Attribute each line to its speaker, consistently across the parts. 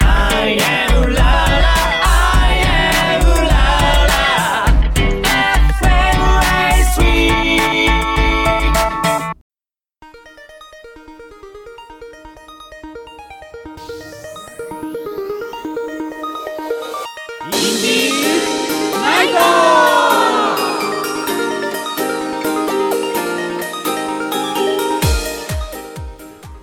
Speaker 1: I am la la, I am la la. FM ライスウィーク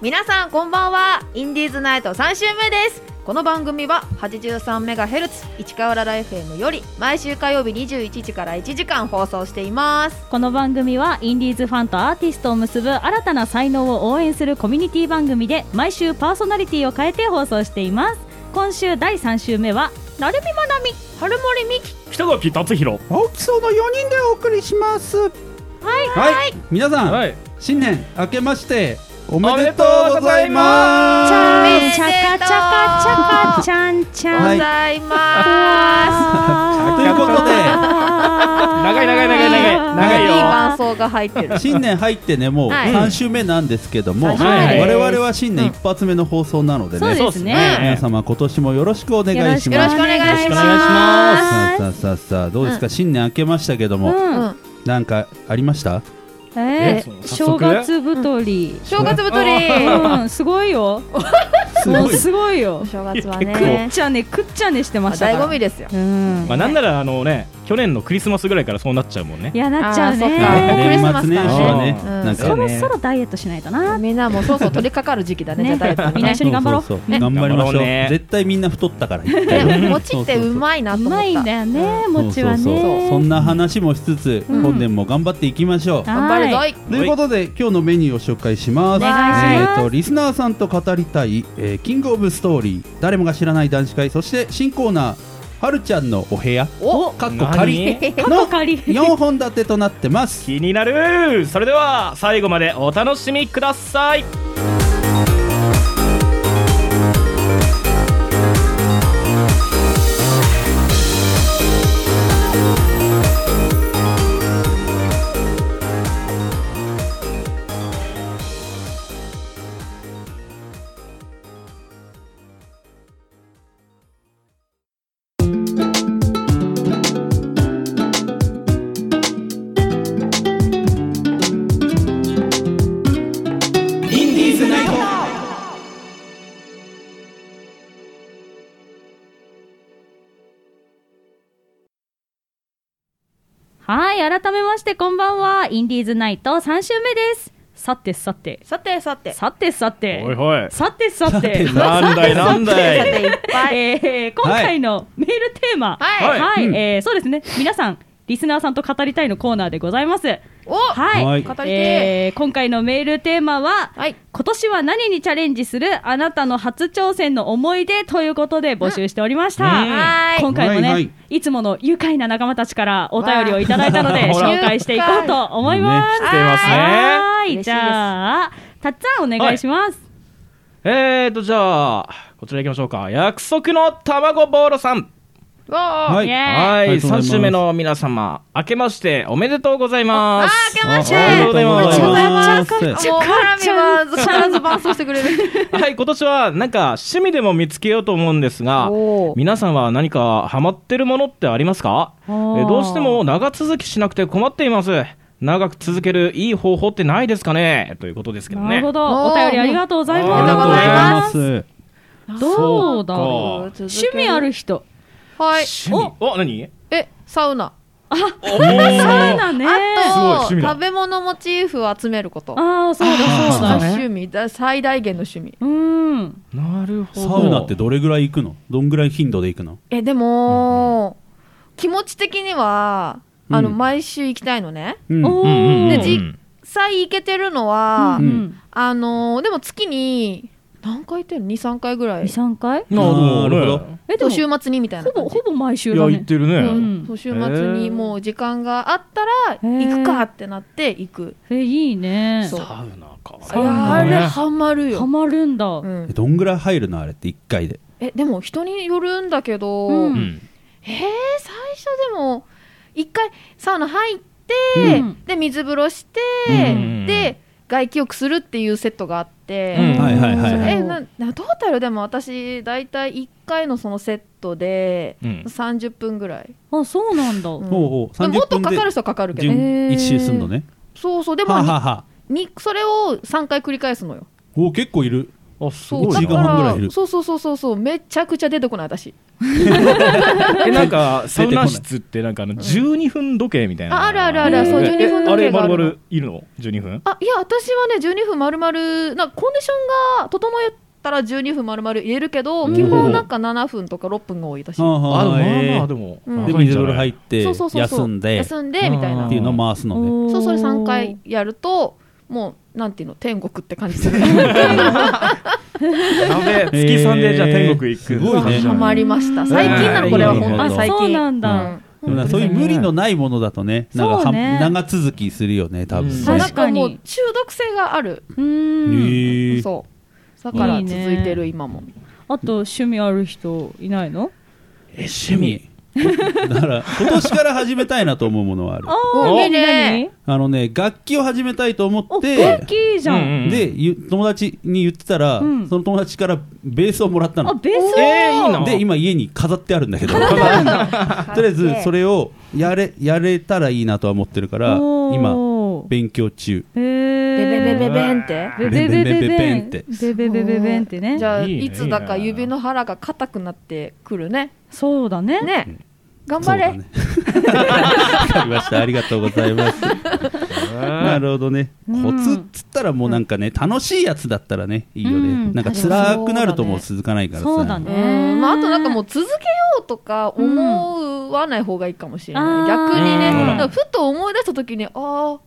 Speaker 2: 皆さんこんばんはインディーズナイト3週目ですこの番組は 83MHz 市川浦ラ FM より毎週火曜日21時から1時間放送しています
Speaker 3: この番組はインディーズファンとアーティストを結ぶ新たな才能を応援するコミュニティ番組で毎週パーソナリティを変えて放送しています今週第3週目はなるみまなみ
Speaker 2: 春森美希
Speaker 4: 北垣達弘
Speaker 5: 青木荘の4人でお送りしますはい
Speaker 2: はい
Speaker 5: 皆さん、
Speaker 4: はい
Speaker 5: 新年明けましておめでとうございます
Speaker 3: チャカチャカチャカチャンチ
Speaker 2: ご
Speaker 3: ャン
Speaker 5: はい
Speaker 2: ざいま
Speaker 5: ということで
Speaker 4: 長い長い長い長い
Speaker 2: す、
Speaker 4: 長
Speaker 2: い、い
Speaker 4: いよ
Speaker 2: 感想が入ってる
Speaker 5: 新年入ってねもう
Speaker 2: はい
Speaker 5: 3週目なんですけども、
Speaker 2: はい
Speaker 4: はい
Speaker 5: 我々は新年一発目の放送なので
Speaker 3: そう
Speaker 5: ね、
Speaker 3: ですね
Speaker 4: そうです
Speaker 5: 皆様今年もよろしくお願いし
Speaker 2: よろ
Speaker 5: ま
Speaker 2: し
Speaker 5: す
Speaker 2: くお願いし
Speaker 4: よろしくお
Speaker 2: ま
Speaker 4: 願
Speaker 2: す
Speaker 5: さあさあさあさあどうですか、新年明けましたけども、
Speaker 3: うん
Speaker 5: なんかありました
Speaker 3: え
Speaker 4: え
Speaker 3: ー
Speaker 4: 早
Speaker 3: 正
Speaker 4: 速
Speaker 3: 月太り
Speaker 2: 正月太り
Speaker 3: うんすごいよ
Speaker 5: す
Speaker 3: も
Speaker 5: ご
Speaker 3: う
Speaker 5: い
Speaker 3: すごいよ
Speaker 2: お正月は
Speaker 3: くっ
Speaker 2: ね
Speaker 3: ちゃねくっちゃねしてましたか
Speaker 2: 醍
Speaker 3: ら
Speaker 2: 醐味ですよ
Speaker 3: うん
Speaker 4: まあなんならあのね去年のクリスマスぐらいからそうなっちゃうもんね
Speaker 3: いやなっちゃう
Speaker 2: あーそっか
Speaker 3: ね
Speaker 5: 年末年始はね、
Speaker 2: うん
Speaker 5: なん
Speaker 3: そ
Speaker 5: か、
Speaker 3: ろそろダイエットしないとな
Speaker 2: みんなもうそうそう取り掛かる時期だね
Speaker 3: ね
Speaker 2: じゃあダイエット
Speaker 3: みんな一緒に頑張ろう
Speaker 5: そそそ頑張りまし
Speaker 4: 頑張ろ
Speaker 5: ょ
Speaker 4: う
Speaker 5: う
Speaker 4: ね
Speaker 5: 絶対みんな太ったから
Speaker 2: ねね餅ってうまいな
Speaker 3: う
Speaker 2: と思った
Speaker 3: まいんだよね餅は
Speaker 5: そうそうそうそ
Speaker 3: ね
Speaker 5: んな話もしつつ、
Speaker 3: うん
Speaker 5: 本年も頑張っていきましょう、
Speaker 3: は
Speaker 2: 頑張るぞ
Speaker 3: はい
Speaker 5: ということで今日のメニューを紹介します
Speaker 3: お願いします
Speaker 5: えーとリスナーさんと語りたい、えーキングオブストーリー誰もが知らない男子会そして新コーナーはるちゃんのお部屋
Speaker 2: お
Speaker 5: かっこ仮
Speaker 4: 何
Speaker 3: 過去
Speaker 5: の
Speaker 3: 借り
Speaker 5: 4本立てとなってます
Speaker 4: 気になるそれでは最後までお楽しみください
Speaker 3: はい改めましてこんばんはインディーズナイト3週目ですさてさて
Speaker 2: さてさてさ
Speaker 3: さてさて
Speaker 4: おいおい
Speaker 3: さてさ
Speaker 5: さ
Speaker 3: て
Speaker 5: てさ
Speaker 4: なんだいなん
Speaker 2: て
Speaker 4: だい
Speaker 2: いっぱい
Speaker 3: えー今回のメールテーマ
Speaker 2: はい
Speaker 3: はい
Speaker 5: うん
Speaker 3: えーそうですね皆さんリスナーさんと語りたいのコーナーでございます
Speaker 2: お
Speaker 3: はい、
Speaker 5: はい
Speaker 2: 語りてー
Speaker 3: えー今回のメールテーマは、
Speaker 2: はい
Speaker 3: 今年は何にチャレンジするあなたの初挑戦の思い出ということで募集しておりました。
Speaker 4: うん
Speaker 2: はい
Speaker 3: 今回もね、
Speaker 5: はい
Speaker 3: い
Speaker 5: はい
Speaker 3: つもの愉快な仲間たちからお便りをいただいたので、
Speaker 4: わあほら
Speaker 3: 紹介していこうと思います。
Speaker 4: 来てますね
Speaker 3: は
Speaker 2: 嬉しい
Speaker 3: い、
Speaker 2: です
Speaker 3: じゃあ、たっちゃんお願いします。
Speaker 4: えーとじゃあこちら行きましょうか約束の卵ボーロさん
Speaker 2: わー
Speaker 5: はい
Speaker 3: イエーイ
Speaker 4: は
Speaker 5: あり
Speaker 4: い
Speaker 5: がとうござ
Speaker 4: 3
Speaker 5: います
Speaker 4: 週目の皆様明けましておめでとうございます
Speaker 2: あー明けまして
Speaker 4: ありがとうございます
Speaker 5: おめでとうございます
Speaker 2: もうハラミは必ず伴奏してくれる
Speaker 4: はい、今年はなんか趣味でも見つけようと思うんですが
Speaker 2: おー、
Speaker 4: 皆さんは何かハマってるものってありますかえ
Speaker 3: おー
Speaker 4: どうしても長続きしなくて困っています。長く続けるいい方法ってないですかねということですけど
Speaker 3: な
Speaker 4: ね。
Speaker 3: るほ
Speaker 2: ね
Speaker 3: ど、お便りありがとうござい
Speaker 4: ありがとうござい
Speaker 3: ま
Speaker 5: ありがとうございま
Speaker 3: す。
Speaker 5: す
Speaker 3: どうだろう
Speaker 2: そうか
Speaker 3: 趣味ある人。
Speaker 2: はい
Speaker 4: 趣味お、何
Speaker 2: えサウナ
Speaker 4: お
Speaker 3: サウ
Speaker 4: ー
Speaker 3: ナね。
Speaker 4: すごい
Speaker 2: あと
Speaker 4: 趣味だ
Speaker 2: 食べ物モチーフを集めること
Speaker 3: ああ、そうだ、そう
Speaker 2: が
Speaker 3: だ。
Speaker 2: 趣味だ最大限の趣味
Speaker 3: うん。
Speaker 4: なるほ
Speaker 5: サ
Speaker 4: ど。
Speaker 5: ウナってどれぐらい行くのどんぐらい頻度で行くの
Speaker 2: えでも気持ち的にはあの
Speaker 5: うん
Speaker 2: 毎週行きたいのね
Speaker 5: うん
Speaker 3: お
Speaker 4: うんうんう
Speaker 3: ー
Speaker 4: ん
Speaker 2: で実際行けてるのは
Speaker 3: う
Speaker 5: うん
Speaker 3: ん
Speaker 2: あのーでも月に何回行ってるの23回ぐらい
Speaker 3: 二三回
Speaker 4: なるほど
Speaker 5: なるほ
Speaker 4: ね
Speaker 5: ど。
Speaker 3: えで
Speaker 2: そう
Speaker 3: も
Speaker 2: 週末にみたいな
Speaker 3: ほ
Speaker 2: 感
Speaker 3: ぼ
Speaker 2: じ
Speaker 3: ほぼ毎週
Speaker 4: い
Speaker 3: だ
Speaker 4: や、
Speaker 3: ね
Speaker 4: 言ってる
Speaker 3: う
Speaker 4: ね。
Speaker 3: ん
Speaker 2: そう週末にもう時間があったら
Speaker 3: へー
Speaker 2: 行くかってなって行く、
Speaker 3: えいいね
Speaker 2: そう
Speaker 4: サウナか。
Speaker 2: い
Speaker 3: ウ
Speaker 2: や
Speaker 3: ナ
Speaker 2: あ
Speaker 3: ね
Speaker 2: れハマる
Speaker 3: ハ
Speaker 2: よ、
Speaker 3: マるんだ
Speaker 2: うん
Speaker 5: どんぐらい入るのあれって1回で
Speaker 2: えでも人によるんだけど、
Speaker 3: う
Speaker 4: うん
Speaker 2: え
Speaker 4: ん
Speaker 2: ー最初でも一回サウナ入って、
Speaker 3: うん
Speaker 2: で水風呂して、
Speaker 4: うん
Speaker 2: で外気浴するっていうセットがあっって、
Speaker 4: うん
Speaker 5: はいはいはいはい
Speaker 2: えななトータルでも私大体1回のそのセットで
Speaker 4: うん
Speaker 2: 30分ぐらい、
Speaker 3: あそうなんだ、
Speaker 2: うん
Speaker 5: ほうほう
Speaker 2: でももっとかかる
Speaker 5: 30
Speaker 2: 人はかかる
Speaker 5: 分
Speaker 2: け
Speaker 5: で
Speaker 2: ど、ね、
Speaker 5: 順一周すんのね
Speaker 2: そうそうでも
Speaker 5: はあはあはあ
Speaker 2: にそれを3回繰り返すのよ
Speaker 5: お結構いる
Speaker 4: あす
Speaker 2: そう
Speaker 5: お
Speaker 4: ご
Speaker 2: だ
Speaker 4: い
Speaker 5: 時間
Speaker 2: か
Speaker 4: な
Speaker 5: 半ぐら
Speaker 2: ら
Speaker 5: いいる
Speaker 2: そうそうそうそうそうめちゃくちゃ出てこない私
Speaker 4: えなんかサ
Speaker 5: 出
Speaker 4: ウ
Speaker 5: てこない
Speaker 4: ナ室ってなんかあの12分時計みたいな
Speaker 2: ああるあるあるそう
Speaker 4: ええ
Speaker 2: 12分時計があるの
Speaker 4: あれ丸々いるの12分
Speaker 2: あいや私はね12分丸々なんかコンディションが整えたら12分丸々入れるけど
Speaker 5: ん
Speaker 2: 基本なんか7分とか6分が多い私そ
Speaker 5: はあは
Speaker 4: あでもまあま
Speaker 5: え
Speaker 4: あ
Speaker 5: ー
Speaker 4: でも
Speaker 2: うん
Speaker 5: で
Speaker 4: 長いん
Speaker 5: 水
Speaker 4: じゃ
Speaker 5: 風呂
Speaker 4: な
Speaker 5: 入
Speaker 4: い
Speaker 5: って
Speaker 2: うそうそうそう
Speaker 5: 休んでっ
Speaker 2: 休んでみたい
Speaker 4: あ
Speaker 2: な
Speaker 4: ー
Speaker 5: ていうのを回すのね
Speaker 2: そうそれ3回やるともうなんていうの天国って感じするハ
Speaker 4: やべえ月3でじゃあ天国行く
Speaker 5: えーすごいね
Speaker 2: マりました最近なのこれは本当
Speaker 3: あ
Speaker 2: に最
Speaker 3: そうな
Speaker 2: 近
Speaker 3: んだ、
Speaker 5: でもなそういう無理のないものだとねなんかは
Speaker 3: そうね
Speaker 5: 長続きするよね多分
Speaker 4: うん
Speaker 5: ね
Speaker 2: そう
Speaker 3: 確
Speaker 2: なんかもう中毒性がある
Speaker 3: う
Speaker 5: へ
Speaker 3: ん
Speaker 5: ー
Speaker 2: そうだから続いてる今も
Speaker 3: あと趣味ある人いないの
Speaker 5: え趣味だから今年から始めたいなと思うものはある
Speaker 3: あ
Speaker 2: お
Speaker 3: ー
Speaker 2: いいね
Speaker 5: あのね楽器を始めたいと思
Speaker 3: お
Speaker 5: っ
Speaker 3: 大
Speaker 5: て
Speaker 3: きいじゃん、
Speaker 4: うんうん
Speaker 5: でゆ友達に言ってたら、
Speaker 3: うん
Speaker 5: その友達からベースをもらった
Speaker 3: あ
Speaker 5: の
Speaker 3: ベース
Speaker 4: えーいいな
Speaker 5: で今家に飾ってあるんだけどとり あえずそれをやれやれたらいいなとは思ってるから今
Speaker 3: 今
Speaker 5: 勉強中
Speaker 3: へ
Speaker 2: ベベベベベンって
Speaker 3: ベベベベベベンってベベベベベンって
Speaker 2: じ
Speaker 3: ね
Speaker 2: ゃあ
Speaker 4: いいね
Speaker 2: いつだか指の腹が硬くなってくるね
Speaker 3: そうだね
Speaker 2: ね頑張れ、
Speaker 5: そうだね わかりましたありがとうございますなるほどね
Speaker 3: うん
Speaker 5: コツっつったらもうなんかね楽しいやつだったらねいいよね、
Speaker 3: うん
Speaker 5: なんか辛くなるともう続かないからさ
Speaker 3: そうだね
Speaker 2: うんまあ、あとなんかもう続けようとか思わない方がいいかもしれない、
Speaker 3: うん
Speaker 2: 逆にね
Speaker 4: うん
Speaker 2: だからふと思い出した時にああ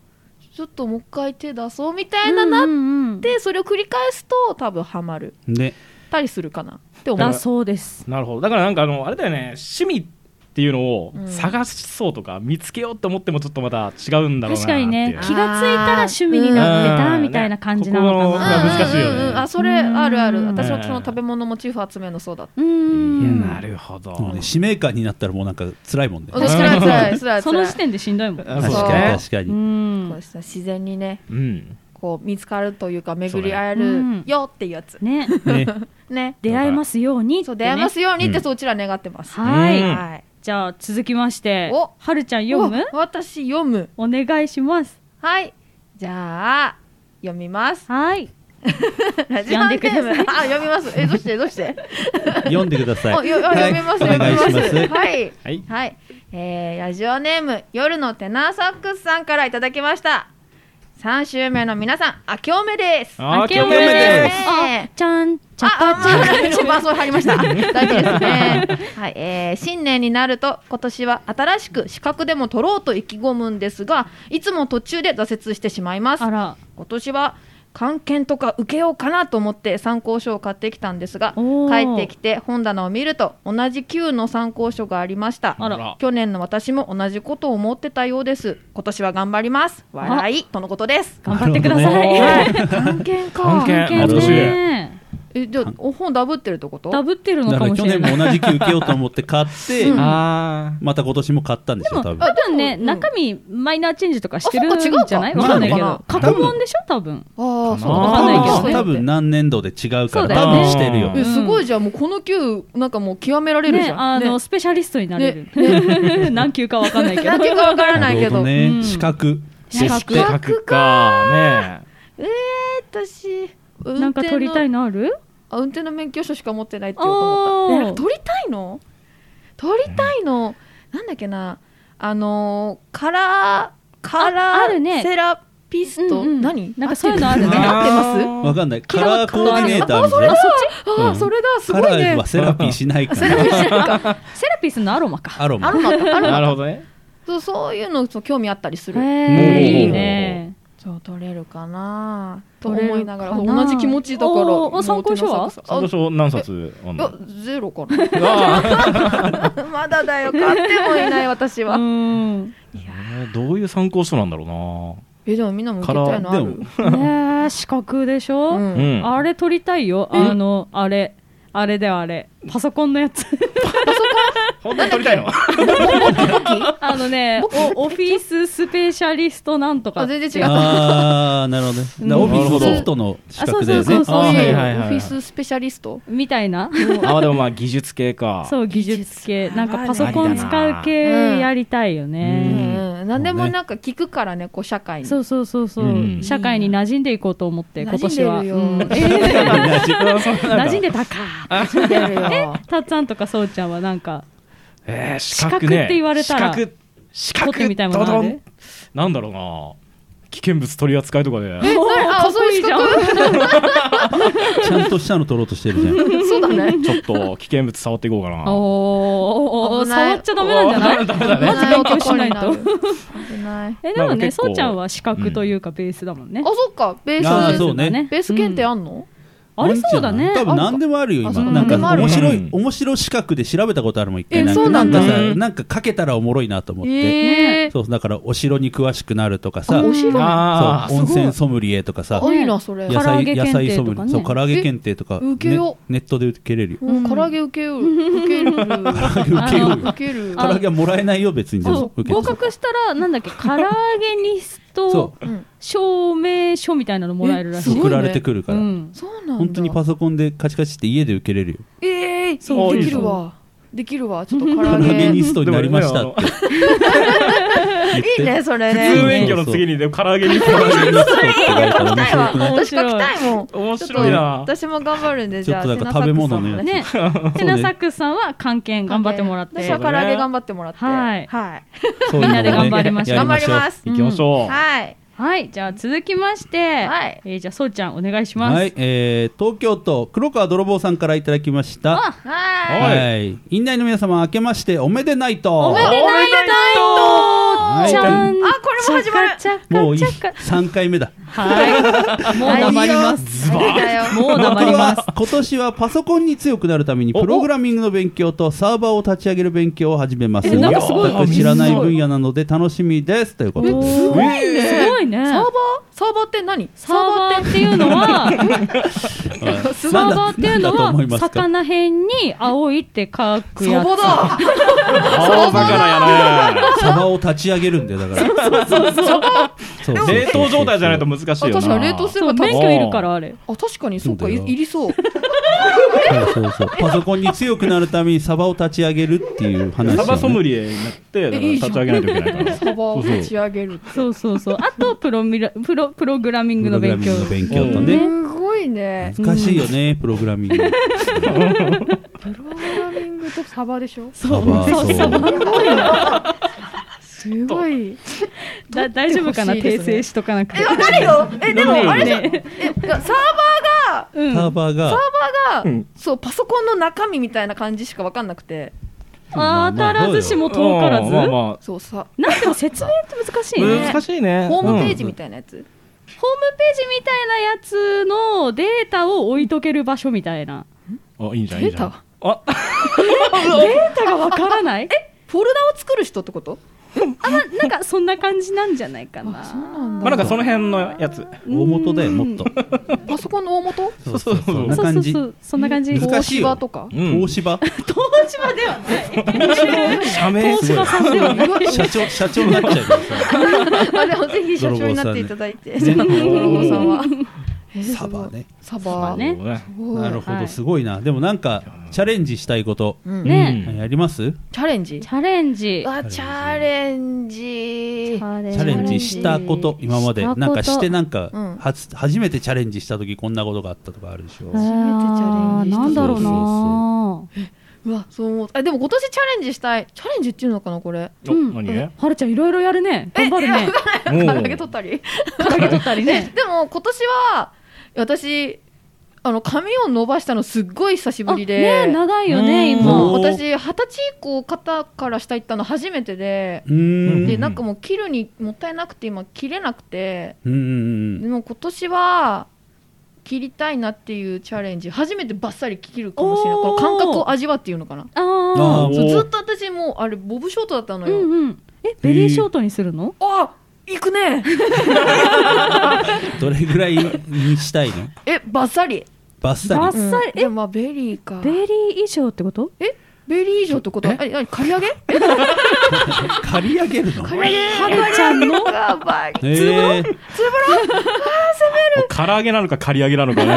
Speaker 2: ちょっともう一回手出そうみたいななっ、
Speaker 3: なって
Speaker 2: それを繰り返すと多分ハマる
Speaker 5: ね
Speaker 2: たりするかなって思
Speaker 3: だ
Speaker 2: う
Speaker 3: そうです
Speaker 4: なるほどだからなんかあのあれだよね趣味っていうのを
Speaker 2: うん
Speaker 4: 探しそうとか、見つけようと思ってもちょっとまた違うんだろうな
Speaker 3: 確
Speaker 4: っていう
Speaker 3: かにね
Speaker 2: あ
Speaker 3: 気がついたら趣味になってたみたいな感じなのか
Speaker 4: うん
Speaker 3: な
Speaker 4: まあ難しいよね
Speaker 2: うんうんうんあそれあるあ
Speaker 3: う
Speaker 2: る
Speaker 3: ん
Speaker 2: 私はその食べ物モチーフ集めるのそうだった
Speaker 3: う
Speaker 4: いや
Speaker 3: ん
Speaker 4: なるほど、
Speaker 5: もうね使命感になったらもうなんか辛いもんね
Speaker 2: 私辛い辛い辛い
Speaker 3: その時
Speaker 2: 辛い
Speaker 3: 点でしんどいもん
Speaker 4: あ
Speaker 5: 確
Speaker 4: そう
Speaker 5: か
Speaker 4: ね
Speaker 5: に確か
Speaker 3: う
Speaker 5: に、
Speaker 2: こうんした自然にね
Speaker 4: うん
Speaker 2: こう見つかるというか巡り合え
Speaker 3: そうね
Speaker 2: るよっていうやつ
Speaker 3: ね
Speaker 5: ね
Speaker 2: ね
Speaker 3: 出会えますように
Speaker 2: そう出会えますようにっ
Speaker 4: う
Speaker 2: て
Speaker 4: ん
Speaker 2: そううちら願ってます
Speaker 3: はい
Speaker 4: うん
Speaker 2: はい
Speaker 3: じゃあ続きまして
Speaker 2: お
Speaker 3: はるちゃん読む
Speaker 2: お私読む
Speaker 3: お願いします
Speaker 2: はいじゃあ読みます
Speaker 3: はい
Speaker 2: ラジオネ
Speaker 3: 読んで
Speaker 2: ーム
Speaker 3: ください
Speaker 2: あ読みますえどうしてどうして
Speaker 5: 読んでください
Speaker 2: あよあ読みます
Speaker 5: はい
Speaker 2: 読みます
Speaker 5: お願 いします
Speaker 2: はい
Speaker 4: はい
Speaker 2: はい、えー、ラジオネーム夜のテナーサックスさんからいただきました三週目の皆さん明けおめです
Speaker 4: あー
Speaker 3: 明
Speaker 4: 明
Speaker 3: け
Speaker 4: け
Speaker 3: お
Speaker 4: お
Speaker 3: め
Speaker 4: め
Speaker 3: で
Speaker 4: ですす
Speaker 3: あちゃんちゃ
Speaker 2: あ、
Speaker 3: か
Speaker 2: あ、
Speaker 3: ちゃん
Speaker 2: ちょっと伴奏入りました。大事ですね。はい、えー新年になると、今年は新しく資格でも取ろうと意気込むんですが、いつも途中で挫折してしまいます。
Speaker 3: あら
Speaker 2: 今年は、関検とか受けようかなと思って参考書を買ってきたんですが、
Speaker 3: おー
Speaker 2: 帰ってきて本棚を見ると、同じ級の参考書がありました。
Speaker 3: あら
Speaker 2: 去年の私も同じことを思ってたようです。今年は頑張ります。笑い。とのことです。
Speaker 3: 頑張ってくださ
Speaker 5: なる
Speaker 3: い
Speaker 5: ほど
Speaker 3: はい
Speaker 2: 関検か。
Speaker 4: 関係
Speaker 3: 関係ね
Speaker 2: え、じゃあ、お本ダブってるってこと
Speaker 3: ダブってるの
Speaker 5: だ
Speaker 3: か
Speaker 5: から
Speaker 3: もし
Speaker 5: 去
Speaker 3: れ
Speaker 5: 年
Speaker 3: ない
Speaker 5: も同じ級受けようと思って買って、
Speaker 2: うん
Speaker 4: あ
Speaker 5: また今年も買ったんでしょ多分
Speaker 3: 多分ね、
Speaker 2: うん
Speaker 3: 中身マイナーチェンジとかしてるんじゃない
Speaker 2: あそ
Speaker 3: わ
Speaker 2: っ
Speaker 3: か
Speaker 2: か違うんう
Speaker 3: な
Speaker 2: か
Speaker 3: いけど
Speaker 2: 多
Speaker 3: 過去問でしょ多分
Speaker 2: ああ、そう
Speaker 4: わ
Speaker 2: わ
Speaker 4: か
Speaker 2: か
Speaker 4: ん
Speaker 2: ん
Speaker 4: な
Speaker 2: ないい
Speaker 4: けど
Speaker 2: けど。
Speaker 5: 多分何年度で違う
Speaker 3: そ
Speaker 5: か
Speaker 3: うだ
Speaker 5: ら
Speaker 3: よ
Speaker 5: 多
Speaker 4: ね
Speaker 5: 分してるよ
Speaker 2: え
Speaker 5: ね
Speaker 2: すごいじゃん、もうこの級、なんかもう極められるじ
Speaker 3: ね
Speaker 2: ゃん。
Speaker 3: あの
Speaker 2: ね
Speaker 3: スペシャリストになれる、 何級かわかんないけど
Speaker 2: 何級かわからないけど。
Speaker 5: なるほ
Speaker 2: え
Speaker 5: ね、
Speaker 3: うん
Speaker 5: 資格
Speaker 4: あ資格
Speaker 2: 資格
Speaker 4: 資格
Speaker 2: か
Speaker 4: か
Speaker 2: えー、私、運転の
Speaker 3: なんか取りたいのある
Speaker 2: あ運転の免許証しか持ってないって言おうと思った。
Speaker 3: おー
Speaker 2: ね取りたいの取りたいの、なんだっけな、あのー、カラー、カラー
Speaker 3: ああるね
Speaker 2: セラピスト、
Speaker 3: うんうん
Speaker 2: 何
Speaker 3: なんかそういうのある
Speaker 4: ね
Speaker 3: ね
Speaker 2: 合ってます
Speaker 5: わかんないカラーコーディネーター
Speaker 2: あ、
Speaker 5: み
Speaker 2: そ
Speaker 5: た
Speaker 2: れだ
Speaker 5: いな
Speaker 2: あ
Speaker 5: う
Speaker 2: ー、
Speaker 5: ん
Speaker 2: それだ、すご
Speaker 5: カ
Speaker 2: い
Speaker 5: ラー
Speaker 2: ね
Speaker 5: は。セラピーしないから
Speaker 3: セラピスのアロマか
Speaker 5: アロ
Speaker 2: ア
Speaker 5: マ
Speaker 2: ロマと、アロ
Speaker 4: なる
Speaker 2: マ
Speaker 4: ほ
Speaker 2: と
Speaker 4: どね
Speaker 2: そうそういうのそう興味あったりす
Speaker 3: へ
Speaker 2: る。
Speaker 3: え
Speaker 4: おー
Speaker 3: いいね
Speaker 2: そう取れるかなと
Speaker 3: 取れるかな
Speaker 2: 思いながら同じ気持ちだから
Speaker 3: おー
Speaker 2: もう
Speaker 3: 参考書は
Speaker 2: 手の
Speaker 4: 参考
Speaker 2: 作業
Speaker 4: 書何冊あん
Speaker 2: あ
Speaker 4: の
Speaker 2: いやゼロかな
Speaker 4: あ
Speaker 2: まだだよ買ってもいない私
Speaker 3: う
Speaker 2: は
Speaker 3: んね
Speaker 4: ーえーどういう参考書なんだろう
Speaker 2: えでもみんなも受けたいのあ
Speaker 5: で
Speaker 2: る
Speaker 5: も
Speaker 3: え資格でしょ、
Speaker 2: うん
Speaker 4: なうん
Speaker 3: あれ取りたいよあのあれあれであれパソコンのやつ
Speaker 4: 本当に撮りたいの
Speaker 3: あのね、おオフィススペシャリストなんとか。
Speaker 2: あ全然違う
Speaker 5: ああ、なるほどね。だからオフィスソフトの資格だよ
Speaker 3: そ
Speaker 5: ね
Speaker 3: う。そう
Speaker 4: あー
Speaker 2: そう
Speaker 4: はいいう
Speaker 2: オ
Speaker 4: はいはい
Speaker 2: フィススペシャリスト
Speaker 3: みたいな。
Speaker 4: ああでもまあ技術系か
Speaker 3: そう、技術系。なんかパソコン使う系やりたいよ
Speaker 2: う
Speaker 3: ね。
Speaker 2: ん、何でもなんか聞くからねこう社会に
Speaker 3: そうそうそうそう、
Speaker 4: うん
Speaker 3: 社会に馴染んでいこうと思って、今
Speaker 2: 馴
Speaker 3: 年は。
Speaker 2: 染んで
Speaker 3: うんえー
Speaker 4: あそうなんだ
Speaker 3: 馴染んでたか。
Speaker 2: 知ってるよ
Speaker 3: たっちゃんとかそうちゃんはなんか、
Speaker 4: えー、資
Speaker 3: 資格
Speaker 4: 格
Speaker 3: っ
Speaker 4: ね
Speaker 3: て言われたら
Speaker 4: 資格資
Speaker 3: 取
Speaker 4: 格
Speaker 3: ってみたいものあ
Speaker 4: ドド
Speaker 3: る
Speaker 4: ンなんだろうな危険物取り扱いとかで
Speaker 2: えそれ
Speaker 3: かっ
Speaker 2: あ
Speaker 3: こ
Speaker 2: そう
Speaker 3: い
Speaker 2: い
Speaker 3: いうじ
Speaker 2: 資
Speaker 3: ゃん
Speaker 2: 格
Speaker 5: ちゃんとしたの取ろうとしてるじゃん。
Speaker 2: そうだね
Speaker 4: ちょっと危険物触っていこうかな
Speaker 3: おー、
Speaker 2: 危ない
Speaker 3: 触っちゃダメなんじゃない
Speaker 4: ダメだね
Speaker 3: まず勉強しないと
Speaker 2: 危。い男になる危ない
Speaker 3: え、でも
Speaker 4: なんか
Speaker 3: ね、
Speaker 4: 結構
Speaker 3: そうちゃんは資格というかベースだもんね
Speaker 2: あ。そっかベース
Speaker 5: あー
Speaker 3: ベース
Speaker 5: そう
Speaker 3: だね
Speaker 5: ね
Speaker 2: ベース検定あんの、
Speaker 3: ありそうだね。
Speaker 5: 多分何でもあるよ、
Speaker 2: あそ
Speaker 5: 今。
Speaker 2: う
Speaker 5: なんか
Speaker 2: 何でもある
Speaker 5: 面白い
Speaker 4: うん、
Speaker 5: 面白資格で調べたことあるもん、一回。
Speaker 2: え
Speaker 5: なんか
Speaker 2: そうなんだ
Speaker 5: なんかさ、なんかかけたらおもろいなと思って。
Speaker 2: ええ
Speaker 5: そう、だからお城に詳しくなるとかさ、
Speaker 2: お城
Speaker 4: あ
Speaker 5: そう
Speaker 4: ー
Speaker 5: 温泉ソムリエとかさ
Speaker 2: あ、いいなそれ
Speaker 3: いや
Speaker 5: 野
Speaker 3: 唐揚
Speaker 5: 菜
Speaker 3: げ
Speaker 5: 野
Speaker 3: 検
Speaker 5: 菜
Speaker 3: 定
Speaker 5: ソ
Speaker 3: とかね
Speaker 5: ムリエ、そう、唐揚げ検定とか、
Speaker 2: え受けよ
Speaker 5: ねネットで受けれるよ。
Speaker 2: うん、唐揚げ受けよう受ける
Speaker 5: 唐揚げ受けよう
Speaker 2: 受
Speaker 5: よ。
Speaker 2: ける
Speaker 5: 唐揚げはもらえないよ、別に。でも
Speaker 3: そう
Speaker 5: 受けて
Speaker 3: 合
Speaker 5: も
Speaker 3: 格したら、なんだっけ、唐揚げリスト
Speaker 5: そう
Speaker 2: うん
Speaker 3: 証明書みたいなのもらえるらし
Speaker 2: すごい
Speaker 3: い。
Speaker 2: ね
Speaker 5: 送られてくるか
Speaker 3: う
Speaker 5: ら。
Speaker 3: ん。
Speaker 2: そうなんだ
Speaker 5: 本当にパソコンでカチカチって家で受けれるよ。
Speaker 2: ええ
Speaker 4: そう
Speaker 2: でき
Speaker 4: いい
Speaker 2: る
Speaker 4: じ
Speaker 2: わできるわちょっと唐
Speaker 5: 唐
Speaker 2: 揚
Speaker 5: 揚げ
Speaker 2: げ
Speaker 5: ニストになりましたって言って。
Speaker 2: いいねそれ
Speaker 4: 普
Speaker 2: ね
Speaker 4: 通免許の次にでも唐揚げに行くの
Speaker 5: ニストって言われたら面白く
Speaker 3: 面
Speaker 5: ない
Speaker 2: 私書き
Speaker 3: 白い。
Speaker 2: たいもん
Speaker 4: 面
Speaker 2: ちょっ
Speaker 4: 白いな
Speaker 2: と私も頑張るんでじゃあ
Speaker 5: ちょっとなんか食べ物のやつ
Speaker 3: ね、テナサックスさんは関係頑張ってもらっ
Speaker 2: 私
Speaker 4: そ
Speaker 2: は
Speaker 4: う
Speaker 3: て。
Speaker 2: 唐揚げ頑張ってもらって
Speaker 3: はい
Speaker 2: はい
Speaker 5: そういうの
Speaker 3: みん
Speaker 5: もね
Speaker 3: なで頑張りましょう
Speaker 5: や
Speaker 2: 頑張り
Speaker 5: ょう
Speaker 2: ます
Speaker 4: 行きましょう、
Speaker 2: はい
Speaker 3: はい、じゃあ続きまして、
Speaker 2: はい
Speaker 3: えーじゃあそうちゃんお願いします。
Speaker 5: はい、えー東京都黒川泥棒さんからいただきました。
Speaker 2: はい
Speaker 4: はい
Speaker 5: はい、院内の皆様、明けましておめでないと。
Speaker 2: おめでない
Speaker 5: は
Speaker 3: ち
Speaker 5: い
Speaker 3: ゃ
Speaker 2: あ
Speaker 3: ん、
Speaker 2: これも始まる
Speaker 3: ちゃかちゃか
Speaker 5: もういい
Speaker 3: ちゃか
Speaker 5: 3回目だ。
Speaker 3: はい、もう黙ります。
Speaker 2: ズバッ
Speaker 3: もう黙ります。
Speaker 5: 僕は今年はパソコンに強くなるためにプログラミングの勉強とサーバーを立ち上げる勉強を始めます。
Speaker 3: えなんかすごい
Speaker 5: 全く知らない分野なので楽しみですということです。
Speaker 3: すごい
Speaker 2: ね
Speaker 3: すごいね。
Speaker 2: サーバーサーバーって何
Speaker 3: サーバーっていうのは、
Speaker 5: はい
Speaker 3: サーバーっていうの
Speaker 5: なんだと思いま
Speaker 3: は、
Speaker 5: すか
Speaker 3: 魚辺に青いって書く
Speaker 2: サ
Speaker 3: や
Speaker 2: バ
Speaker 3: つ。
Speaker 2: だ
Speaker 4: 青魚やね
Speaker 5: サバを立ち上げるんだよだから。そうそうそう。
Speaker 4: 冷凍状態じゃないと難しい
Speaker 2: あ
Speaker 4: よな
Speaker 2: 確かに冷凍すれ
Speaker 3: そ
Speaker 2: ば
Speaker 3: う、
Speaker 2: 多
Speaker 3: 免
Speaker 2: 分
Speaker 3: 許いるからあれ。
Speaker 2: あ確かにそっかい
Speaker 5: そうだよ
Speaker 2: いりそう
Speaker 5: そうそうそう。パソコンに強くなるためにサバを立ち上げるっていう話、ね。
Speaker 4: サバソムリエになってだから
Speaker 2: いいじゃん
Speaker 4: 立ち上げないといけないから
Speaker 2: サバを立ち上げる
Speaker 3: そうそうそう。あと、プロミラ、プロ、プログラミング
Speaker 5: プ
Speaker 3: の
Speaker 5: ログラ
Speaker 3: 勉
Speaker 5: ミン
Speaker 3: 強
Speaker 5: グ。の勉強とね。
Speaker 2: すごいね
Speaker 5: 難しいよね、プログラミング。
Speaker 2: プログラミングとサバでしょ
Speaker 5: サバ。
Speaker 3: そうサバ
Speaker 2: すごい
Speaker 3: だ大丈夫かな
Speaker 2: 取って
Speaker 3: 訂
Speaker 2: ほしいですね
Speaker 3: 正しとかなくて。
Speaker 2: わかるよえでもあれじゃん
Speaker 3: ね
Speaker 2: えいやサーバーが
Speaker 3: うん
Speaker 5: サーバーが。
Speaker 2: サーバーが、
Speaker 4: うん
Speaker 2: そうパソコンの中身みたいな感じしか分かんなくて
Speaker 5: ま
Speaker 3: あ
Speaker 5: あま
Speaker 3: 当
Speaker 5: あ
Speaker 3: たらずしも遠からず。
Speaker 4: まあ
Speaker 3: な
Speaker 4: まあ
Speaker 2: そうさ
Speaker 3: んでも説明って難しいね。
Speaker 4: 難しいね
Speaker 2: ホームページみ
Speaker 4: た
Speaker 2: たいなやつ、
Speaker 3: ホームページみたいなやつのデータを置いとける場所みたいな。
Speaker 4: いあいいんじゃんいいじゃん
Speaker 2: 出
Speaker 4: あ
Speaker 3: データがわからないえ
Speaker 2: フォルダを作る人ってこと
Speaker 3: あ、まなんかそんな感じなんじゃないかな。
Speaker 4: まあなんかその辺のやつ
Speaker 5: 大元だよ、もっと。
Speaker 2: パソコンの大元
Speaker 5: そうそうそう。そんな
Speaker 3: そうそ
Speaker 5: 感
Speaker 3: う
Speaker 5: じ
Speaker 3: そ。う、そんな感じ。
Speaker 5: 難し
Speaker 2: 東
Speaker 5: いよ
Speaker 2: 芝とか
Speaker 4: うん
Speaker 5: 東芝
Speaker 3: 東芝ではない。
Speaker 4: 社名
Speaker 3: 東
Speaker 4: すご
Speaker 3: 芝さ
Speaker 4: い
Speaker 3: んではない。
Speaker 5: 社長、社長になっちゃうから
Speaker 2: あでもぜひ社長になっていただいて
Speaker 5: 泥
Speaker 2: 泥
Speaker 5: 棒さん
Speaker 2: 棒
Speaker 5: ね
Speaker 2: さんは、えー
Speaker 5: さ。サバね。
Speaker 2: サバ
Speaker 3: ね
Speaker 4: ね
Speaker 2: すごい
Speaker 5: なるほ
Speaker 3: は
Speaker 5: ど、
Speaker 3: い
Speaker 5: すごいな。でもなんか、チャレンジしたいこと、
Speaker 2: うん
Speaker 3: ね
Speaker 5: やります
Speaker 2: チャレンジ
Speaker 3: チャレンジ。
Speaker 2: あチャレンジ
Speaker 5: チャレンジしたこと、今まで。
Speaker 3: したこと
Speaker 5: なんかして、なん
Speaker 2: うん
Speaker 5: か、初初めてチャレンジした時こんなことがあったとかあるでしょ。
Speaker 3: えーなんだろうな
Speaker 2: うわそう思うあでも今年チャレンジしたいチャレンジっていうのかなこれ
Speaker 4: お
Speaker 3: うん
Speaker 4: 何ね
Speaker 3: はるちゃんいろいろやるね。頑 張るね。
Speaker 2: 唐揚げ取ったり
Speaker 3: かけとったりね。
Speaker 2: でも今年は私あの髪を伸ばしたのすっごい久しぶり
Speaker 3: あ
Speaker 2: で、
Speaker 3: ね長いよね、
Speaker 4: うん
Speaker 3: 今。
Speaker 5: おー
Speaker 2: 私二十歳以降肩から下行ったの初めてで、
Speaker 5: うーん。
Speaker 2: でなんかもう切るにもったいなくて今切れなくて
Speaker 5: うんうんう
Speaker 2: で
Speaker 5: ん。
Speaker 2: も今年は切りたいなっていうチャレンジ初めてバッサリ切るかもしれない
Speaker 3: おー
Speaker 2: この感覚を味わっていうのかな
Speaker 3: あ
Speaker 5: おー
Speaker 2: そうずっと私もうあれボブショートだった
Speaker 3: あ。
Speaker 2: の
Speaker 3: う
Speaker 2: よ、
Speaker 3: んうん。え、ベリーショートにするの
Speaker 2: あ行くね
Speaker 5: どれぐらいにしたいの
Speaker 2: えバッサリ
Speaker 5: バッサ
Speaker 3: バ
Speaker 5: リ。
Speaker 3: ッサ
Speaker 2: うん
Speaker 3: リ。
Speaker 2: でもまあベリーか
Speaker 3: え、ベリー以上ってこと
Speaker 2: えベリー嬢ってことは、あれ、あれ刈り上げ
Speaker 5: 刈り上げるの
Speaker 2: 刈り上げ
Speaker 3: 春ちゃんの
Speaker 2: やばい。
Speaker 5: えー、
Speaker 4: 唐揚げなのか刈り上げなのかね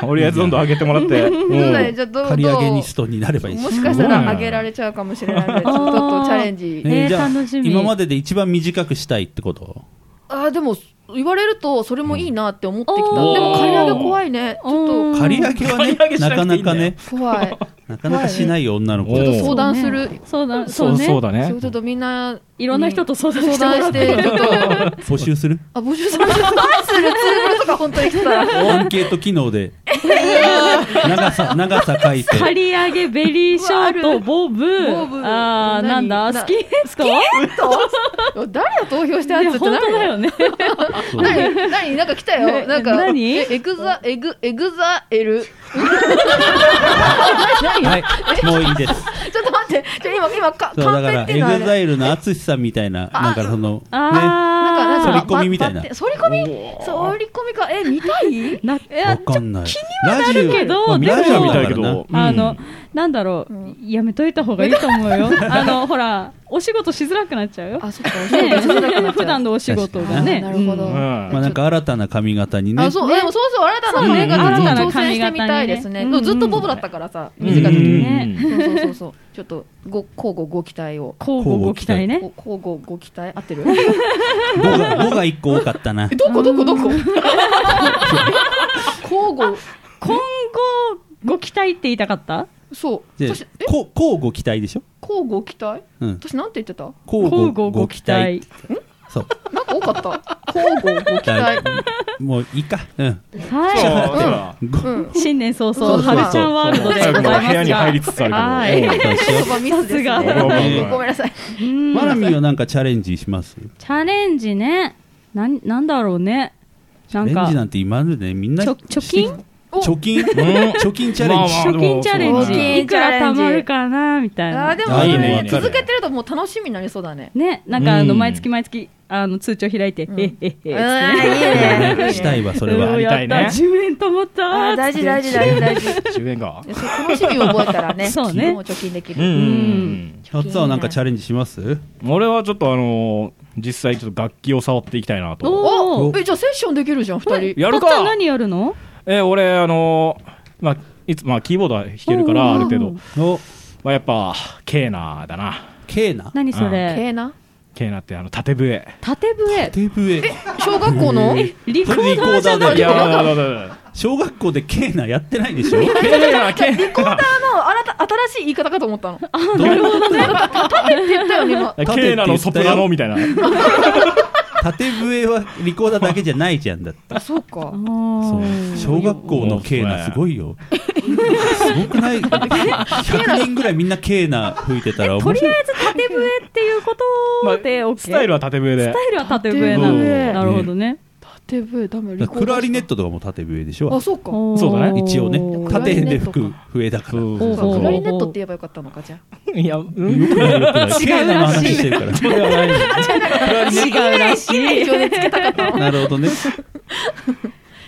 Speaker 4: とりあえずどんどん上げてもらって
Speaker 2: そうだ
Speaker 4: も
Speaker 2: ね、じゃあどう
Speaker 5: 刈り上げ
Speaker 2: ど
Speaker 5: ニ
Speaker 2: う
Speaker 5: ストになればいいし
Speaker 2: もしかしたら上げられちゃうかもしれないので、ちょっとちょっとチャレンジ。
Speaker 3: えー
Speaker 5: じゃあ
Speaker 3: 楽しみ
Speaker 5: 今までで一番短くしたいってこと
Speaker 2: あーでも言われるとそれもいいなって思ってきた、
Speaker 3: うん
Speaker 2: でも刈り上げ怖いねち
Speaker 3: おー
Speaker 2: ょっ
Speaker 5: 刈り上げはね
Speaker 4: 刈り上げし
Speaker 5: な
Speaker 4: なくてい
Speaker 5: か
Speaker 4: いんだよ
Speaker 5: なかね
Speaker 2: と怖い
Speaker 5: なかなかしない女の子
Speaker 4: お
Speaker 5: だ
Speaker 4: ー
Speaker 5: と
Speaker 2: 相談する
Speaker 3: そうだ
Speaker 4: そ
Speaker 3: そうう
Speaker 4: ね
Speaker 3: ね
Speaker 4: そうだ
Speaker 2: そ
Speaker 4: ね
Speaker 2: うちょっとみんない
Speaker 3: ろんな人と相談して
Speaker 2: 相談してちょっと
Speaker 5: 募集する
Speaker 2: あ募集する募集するツールとか本当に来たら
Speaker 5: アンケート機能で長さ長さ書いて
Speaker 3: 刈り上げベリ ーショートボブ
Speaker 2: ボブ
Speaker 3: あー
Speaker 2: 何
Speaker 3: なんだ
Speaker 2: な
Speaker 3: 好きですかい
Speaker 2: 誰が投票したや
Speaker 3: や
Speaker 2: つって
Speaker 3: 本
Speaker 2: な
Speaker 3: 当
Speaker 2: る
Speaker 3: だよね
Speaker 5: そう
Speaker 2: 何何なんか来たよ
Speaker 3: ね
Speaker 2: なんか
Speaker 3: 何
Speaker 2: えエグザエグエグザエル
Speaker 5: はいもういいです
Speaker 2: ちょっと待ってちょ今今か
Speaker 5: そうだ
Speaker 2: カン
Speaker 5: か
Speaker 2: ペ
Speaker 5: ら
Speaker 2: っていうのはあれ
Speaker 5: EXILE の淳さんみたいななんかそのね
Speaker 2: なんか
Speaker 5: 反
Speaker 2: な
Speaker 5: り
Speaker 2: ん
Speaker 3: あ
Speaker 2: か
Speaker 5: 込みみたいな
Speaker 2: まま反り込み反り込みかえ見たい
Speaker 3: ーな
Speaker 5: わ
Speaker 3: え
Speaker 5: かんない
Speaker 3: なるけどでも
Speaker 5: ラジオラジオ
Speaker 4: 見た
Speaker 5: だから
Speaker 4: いけ
Speaker 5: な
Speaker 4: ど
Speaker 3: あのなんだろうやめといた方がいいと思う よあのほらお仕事しづらくなっちゃうよ
Speaker 2: あそっかお仕
Speaker 3: ね
Speaker 2: 事しづらくなっちゃう
Speaker 3: 普段のお仕事
Speaker 2: あ
Speaker 3: が
Speaker 2: ー
Speaker 3: ね
Speaker 2: なるほど、
Speaker 3: うん
Speaker 4: ん
Speaker 5: まあなんか新たな髪型にね
Speaker 2: あ、そう、でもそうそう、新たな髪型
Speaker 3: そうね
Speaker 2: に
Speaker 3: 新たな
Speaker 2: 挑戦し
Speaker 3: 髪型にね
Speaker 2: てみたいですね。
Speaker 3: うん
Speaker 2: でもずっとボブだったからさ、
Speaker 4: うん
Speaker 2: 短い時にね。
Speaker 4: う
Speaker 2: そ
Speaker 4: ん
Speaker 2: うそうそうそう、ちょっと、ご、交互ご期待を。
Speaker 3: 交互ご期待ね
Speaker 2: ご交互ご期待合ってる
Speaker 5: 5が5が1個多かったな
Speaker 2: どこどこどこ交互、
Speaker 3: 今後ご期待って言いたかった
Speaker 2: そう。
Speaker 5: で
Speaker 2: 私、え
Speaker 5: こ交互期待でしょ
Speaker 2: 交互期待
Speaker 5: うん
Speaker 2: 私なんて言ってた
Speaker 5: 交
Speaker 3: 交互ご期待
Speaker 5: そう
Speaker 2: なんか多かった。交互ご期
Speaker 5: だ
Speaker 2: 待。
Speaker 5: もういいかうん
Speaker 3: は
Speaker 4: そうでは
Speaker 2: うん。
Speaker 3: い新年早
Speaker 2: そうそう
Speaker 3: 々春ちゃんワールドで
Speaker 4: 早
Speaker 3: ご
Speaker 4: くも
Speaker 3: ざいますが
Speaker 4: 部屋に入りつつある
Speaker 3: は
Speaker 4: け
Speaker 3: い
Speaker 4: どうん
Speaker 2: 言葉ミスです
Speaker 3: さす
Speaker 2: ね
Speaker 3: が。
Speaker 2: ごめんなさい。
Speaker 3: うん
Speaker 5: マラミンはなんかチャレンジします
Speaker 3: チャレンジね。なん、なんだろうね。
Speaker 5: チ
Speaker 3: な
Speaker 5: ャ
Speaker 3: ん
Speaker 5: レン
Speaker 3: か
Speaker 5: ジ、なんて今までねみんな
Speaker 3: ちょ貯金
Speaker 2: お
Speaker 5: 貯金貯金チャレンジ
Speaker 4: まあまあ
Speaker 3: 貯金チャレン
Speaker 4: 貯
Speaker 3: ジ。
Speaker 2: 金
Speaker 3: いくら貯まるかなみたい
Speaker 2: あー、
Speaker 3: な。
Speaker 2: で
Speaker 5: あいい
Speaker 4: ねわ
Speaker 2: も、
Speaker 4: かる
Speaker 2: 続けてるともう楽しみになりそうだね。
Speaker 3: ね、なんかあの、
Speaker 4: うん
Speaker 3: 毎月毎月、あの、通帳開いて、
Speaker 2: ん
Speaker 3: へっへっ
Speaker 2: うんい
Speaker 3: へっ
Speaker 2: い
Speaker 3: つって。
Speaker 2: ね。いいね
Speaker 5: したいわそれ
Speaker 3: う
Speaker 5: は
Speaker 3: ん
Speaker 4: やりたいね
Speaker 3: やった10円貯まったーっつ
Speaker 2: あー
Speaker 3: って
Speaker 2: 大事大事大事大事。
Speaker 4: 10円が
Speaker 2: そう楽しみを覚えたらね、
Speaker 3: そうね
Speaker 2: もう貯金でき
Speaker 4: う
Speaker 2: る。
Speaker 4: ん
Speaker 5: あつはなんかチャレンジします
Speaker 4: 俺はちょっとあの実際ちょっと楽器を触っていきたいなと
Speaker 3: お
Speaker 2: お
Speaker 3: ー
Speaker 2: えじゃあセッションできるじゃん、二人。
Speaker 4: やる
Speaker 3: たっちゃん
Speaker 4: か
Speaker 3: 何やるの
Speaker 4: えー俺あのまあいつまあキーボードは弾けるからある程
Speaker 3: おうおうお
Speaker 4: 度
Speaker 3: う
Speaker 5: お
Speaker 4: まあやっぱケーナーだな
Speaker 5: ケーナ
Speaker 3: 何そ
Speaker 2: け
Speaker 3: れ
Speaker 2: えな。
Speaker 4: ケーナーってあの縦笛
Speaker 3: 縦笛。
Speaker 5: テープへ
Speaker 2: 小学校の
Speaker 5: え
Speaker 3: リコ
Speaker 5: それ
Speaker 3: ー
Speaker 5: リ
Speaker 3: ダ
Speaker 5: コ
Speaker 3: ー
Speaker 5: ー
Speaker 3: じゃ
Speaker 5: ダー
Speaker 3: ん。
Speaker 5: だ
Speaker 4: いや
Speaker 5: よ
Speaker 4: だだだだ
Speaker 5: 小学校でケーナやってないでしょ
Speaker 4: ケーナーケーナー
Speaker 2: あ新た新しい言い方かと思ったの。あ、
Speaker 5: なるほど
Speaker 2: 言ったよね、今。
Speaker 4: ケーナーのソプラノみたいな
Speaker 5: 縦笛はリコーダーだけじゃないじゃんだって
Speaker 2: あ、そうか。
Speaker 5: そう小学校のケーナすごいよすごくない ?100 人ぐらいみんなケーナ吹いてたら
Speaker 3: と
Speaker 5: 面
Speaker 3: りあ
Speaker 5: 白い
Speaker 3: えず縦笛っていうことで OK、
Speaker 4: スタイルは縦笛
Speaker 3: ス
Speaker 4: で
Speaker 3: タイルは縦笛な
Speaker 4: 縦
Speaker 3: の。
Speaker 2: 笛
Speaker 3: なるほどね。
Speaker 2: 縦笛ダメ。リコーダー
Speaker 5: クラリネットとかも縦笛でしょ
Speaker 2: あ、そうか。
Speaker 3: おー
Speaker 4: そうだね
Speaker 5: 一応ね
Speaker 2: おー
Speaker 5: 縦で吹く笛だから
Speaker 4: そ
Speaker 3: そ
Speaker 4: うそう
Speaker 2: そ
Speaker 4: う
Speaker 2: う
Speaker 4: そ
Speaker 2: か
Speaker 4: う
Speaker 2: クラリネットって言えばよかったのか、じゃ
Speaker 4: いやうん
Speaker 5: よくないよくないケーナの話して る
Speaker 4: そうではない
Speaker 3: 違 うらし
Speaker 2: あ。
Speaker 3: い。
Speaker 2: 一応ね、つけ たかった
Speaker 5: か
Speaker 2: の。
Speaker 5: らなるほどね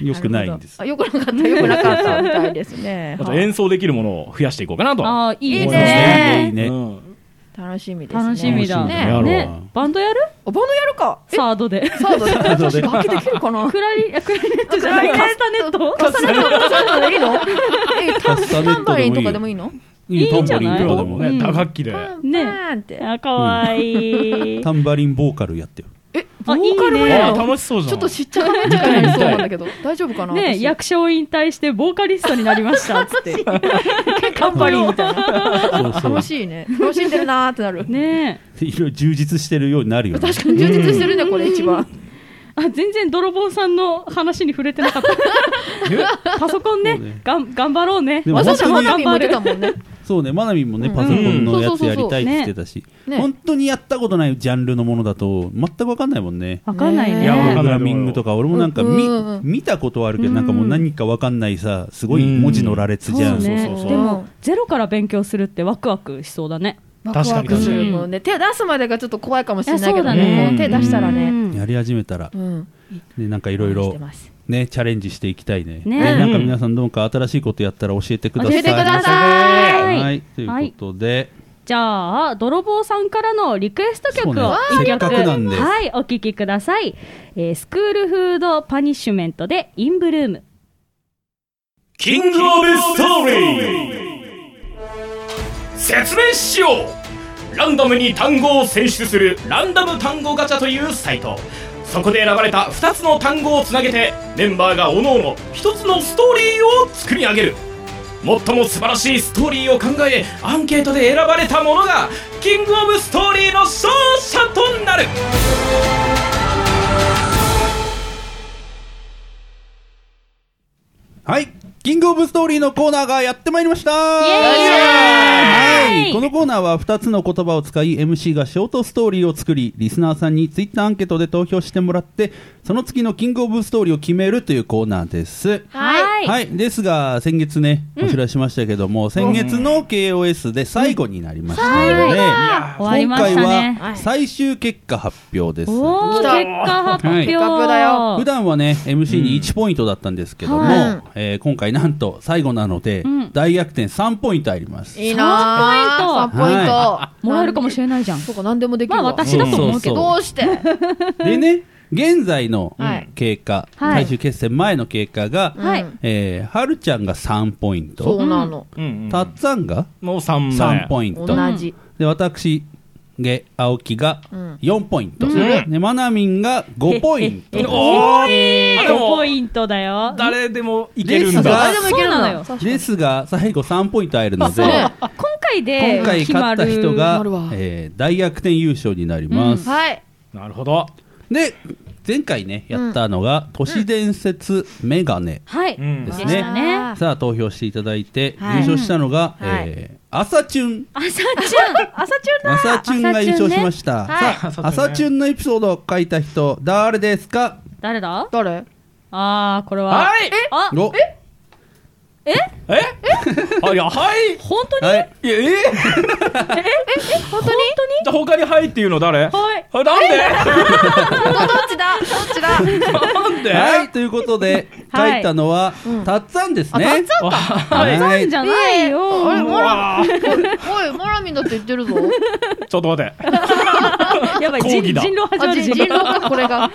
Speaker 5: よくないんで す
Speaker 2: あ、よくなかった、よくなかったみたいですね
Speaker 4: あ。と演奏できるものを増やしていこうかなと
Speaker 3: ああ、いい
Speaker 2: いい
Speaker 3: ね。
Speaker 5: ねいいね
Speaker 4: うん
Speaker 2: 楽しみですね。
Speaker 3: 楽しみだ。
Speaker 5: 楽し
Speaker 4: みだやろう
Speaker 3: ね、バンドやる
Speaker 2: おバンドやるか。え、
Speaker 3: サードで。
Speaker 2: サードで。私、楽器できるか な。
Speaker 3: クラ リ、あクラリネットじゃない。カスタネット
Speaker 2: カスタネット、カスタネットでいいのえ
Speaker 5: カスタネ
Speaker 2: タン
Speaker 5: ット
Speaker 2: バリ
Speaker 5: で
Speaker 2: ンとかで
Speaker 5: も
Speaker 2: も
Speaker 5: いい
Speaker 2: いいの
Speaker 5: いいタンバリン
Speaker 4: とか
Speaker 5: とか
Speaker 4: で
Speaker 5: で
Speaker 4: も
Speaker 5: も
Speaker 4: ね
Speaker 3: うん
Speaker 4: 打楽器で
Speaker 3: ね
Speaker 2: パンって。
Speaker 3: あ、かわいい。
Speaker 5: タンバリンボーカルやってよ
Speaker 2: え、ボ
Speaker 3: あ、いい
Speaker 2: ーカルもや
Speaker 4: あ
Speaker 2: るの
Speaker 4: 楽しそうじゃん
Speaker 2: ちょっとしっちゃかめっちゃかになりそうなんだけど、大丈夫かな
Speaker 3: ね
Speaker 2: 私
Speaker 3: 役者を引退してボーカリストになりました。つ って。
Speaker 2: 頑張りみたいな。
Speaker 5: そうそう
Speaker 2: 楽しいね。楽しんでるなーってなる。
Speaker 3: ね
Speaker 5: いろいろ充実してるようになるよね
Speaker 2: 確かに充実してるね、これ一番。
Speaker 3: あ、全然泥棒さんの話に触れてなか った。パソコン
Speaker 5: そうね
Speaker 3: ね、がん、頑張ろうね
Speaker 5: で。
Speaker 2: ま
Speaker 5: も
Speaker 2: あ、そうじゃん、マ
Speaker 5: 本
Speaker 2: ナミ
Speaker 5: 当
Speaker 2: も
Speaker 5: に
Speaker 2: 言ってたもんね。
Speaker 5: そうね、まなみんもね、パソコンのやつやりたいって言ってたし、
Speaker 2: うんうん
Speaker 5: 本当にやったことないジャンルのものだと、全く分かんないもんね。
Speaker 3: わかんない
Speaker 2: ね
Speaker 3: ね。
Speaker 2: いやわ
Speaker 4: か
Speaker 5: プ
Speaker 4: ん
Speaker 5: ロ
Speaker 4: ない
Speaker 5: グラミングとか、俺もなんか
Speaker 2: うん
Speaker 5: 見
Speaker 2: うんうん
Speaker 5: 見たことはあるけど、なんかもう何か分かんないさ、すごい文字の羅列じゃん。
Speaker 3: そうね
Speaker 4: そうそうそう
Speaker 3: でもゼロから勉強するってワクワクしそうだね
Speaker 2: ワクワ
Speaker 4: 確か
Speaker 2: ク
Speaker 4: に
Speaker 2: するもんね。手出すまでがちょっと怖いかもしれないけ
Speaker 3: いやそう
Speaker 2: ど
Speaker 3: だ
Speaker 4: ね
Speaker 2: ね。手出したらね。
Speaker 5: やり始めたら
Speaker 2: う、ん。
Speaker 5: ね、なんかいろいろ
Speaker 2: して、ます
Speaker 5: ね、チャレンジしていきたいね。
Speaker 3: ね
Speaker 5: ねなんか皆さんどうか新しいことやったら教えてください。
Speaker 2: 教えてくださ い
Speaker 5: はいい、ということで、
Speaker 3: じゃあ泥棒さんからのリクエスト曲を
Speaker 5: そうね
Speaker 3: 一
Speaker 5: せっ
Speaker 3: 曲、
Speaker 5: かくなんで
Speaker 3: はいお聴きください、えースクールフードパニッシュメントでインブルーム
Speaker 6: キングオブストーリー説明しようランダムに単語を選出するランダム単語ガチャというサイトそこで選ばれた2つの単語をつなげてメンバーが各々1つのストーリーを作り上げる最も素晴らしいストーリーを考えアンケートで選ばれたものがキングオブストーリーの勝者となる
Speaker 5: はい、キングオブストーリーのコーナーがやってまいりましたはい、このコーナーは2つの言葉を使い MC がショートストーリーを作りリスナーさんにツイッターアンケートで投票してもらってその次のキングオブストーリーを決めるというコーナーです
Speaker 3: はい
Speaker 5: はい、ですが先月ねお知らせしましたけども、先月の KOS で最後になりましたので、
Speaker 3: 終わりました
Speaker 5: 今
Speaker 3: ね
Speaker 5: 回は最終結果発表です、
Speaker 3: おお
Speaker 2: 来
Speaker 3: 結
Speaker 2: た
Speaker 3: 果発表、
Speaker 5: はい
Speaker 2: 結果だよ
Speaker 5: 普段はね MC に1ポイントだったんですけども、
Speaker 2: はい
Speaker 5: えー今回なんと最後なので、
Speaker 3: うん
Speaker 5: 大逆転3ポイントあります
Speaker 2: いいな
Speaker 5: 三ポイント
Speaker 2: 三
Speaker 3: もらえるかもしれないじゃん
Speaker 2: そうか何でもできるわ
Speaker 3: まあ私だと思うけど
Speaker 2: どう して
Speaker 5: でね現在の
Speaker 2: はい、
Speaker 5: 経過、
Speaker 3: はい
Speaker 5: 最終決戦前の経過が、
Speaker 3: はいう
Speaker 2: ん
Speaker 5: えーはるちゃんが3ポイン
Speaker 2: そ
Speaker 5: ト
Speaker 2: うなの
Speaker 4: うんうん
Speaker 5: たっつぁんが
Speaker 4: もう3
Speaker 5: 3ポイント、
Speaker 2: 同じ
Speaker 5: で私げ青木が
Speaker 2: うん
Speaker 5: 4ポイント、
Speaker 4: ん
Speaker 5: でまなみんが5ポイント
Speaker 3: えええ5
Speaker 4: おーでも
Speaker 3: ポイントだよ
Speaker 4: 誰でもいける
Speaker 5: で
Speaker 4: ん
Speaker 5: すが
Speaker 4: だ
Speaker 2: あでもいける
Speaker 3: そうな
Speaker 2: の
Speaker 3: のよ
Speaker 2: よ
Speaker 5: ですが最後3ポイントあえるので
Speaker 2: そう
Speaker 5: 今
Speaker 3: 今回で
Speaker 5: 回
Speaker 3: 決
Speaker 5: 勝
Speaker 3: ま
Speaker 5: っ
Speaker 3: る
Speaker 5: た人
Speaker 2: 決ま
Speaker 5: が
Speaker 2: るわ、
Speaker 5: えー大逆転優勝になります、
Speaker 2: はい
Speaker 4: なるほど
Speaker 5: で前回ねやったのが、都市伝説メガネ、
Speaker 3: はい、
Speaker 4: うん
Speaker 5: です
Speaker 3: で
Speaker 5: ね
Speaker 3: したね
Speaker 2: あー
Speaker 5: さあ投票していただいて、
Speaker 2: はい
Speaker 5: 優勝したのが、
Speaker 2: はい
Speaker 5: えー朝チュン
Speaker 3: 朝ちゃん朝ちゃんだ
Speaker 5: 朝チュンが優勝しました、
Speaker 2: はい
Speaker 5: さあ
Speaker 4: 朝
Speaker 5: 朝
Speaker 4: チ
Speaker 5: チ
Speaker 4: ュ
Speaker 5: ュンのエピソードを書いた人誰ですか
Speaker 3: 誰だ
Speaker 2: 誰
Speaker 3: あーこれは
Speaker 4: はい
Speaker 3: あ
Speaker 5: お
Speaker 4: え あいやはい
Speaker 3: 本当に
Speaker 5: はい
Speaker 4: いやえ
Speaker 3: 本当に
Speaker 4: じゃあ他にはいっていうの誰あ
Speaker 3: はい
Speaker 4: なんで
Speaker 2: どどっちだどっちだ
Speaker 4: なんで
Speaker 5: はいということで書
Speaker 3: はい
Speaker 5: いたのは、たっつぁんですね
Speaker 2: あたっつ
Speaker 4: わ
Speaker 5: はい
Speaker 3: たんじゃないよ
Speaker 2: あれ
Speaker 4: うわ
Speaker 2: おいモラミンだって言ってる ぞ
Speaker 4: ちょっと待って
Speaker 3: やばい
Speaker 4: 抗
Speaker 3: 人
Speaker 4: 議だ
Speaker 3: 人狼始ま
Speaker 2: あ
Speaker 3: る
Speaker 2: じ人狼かこれが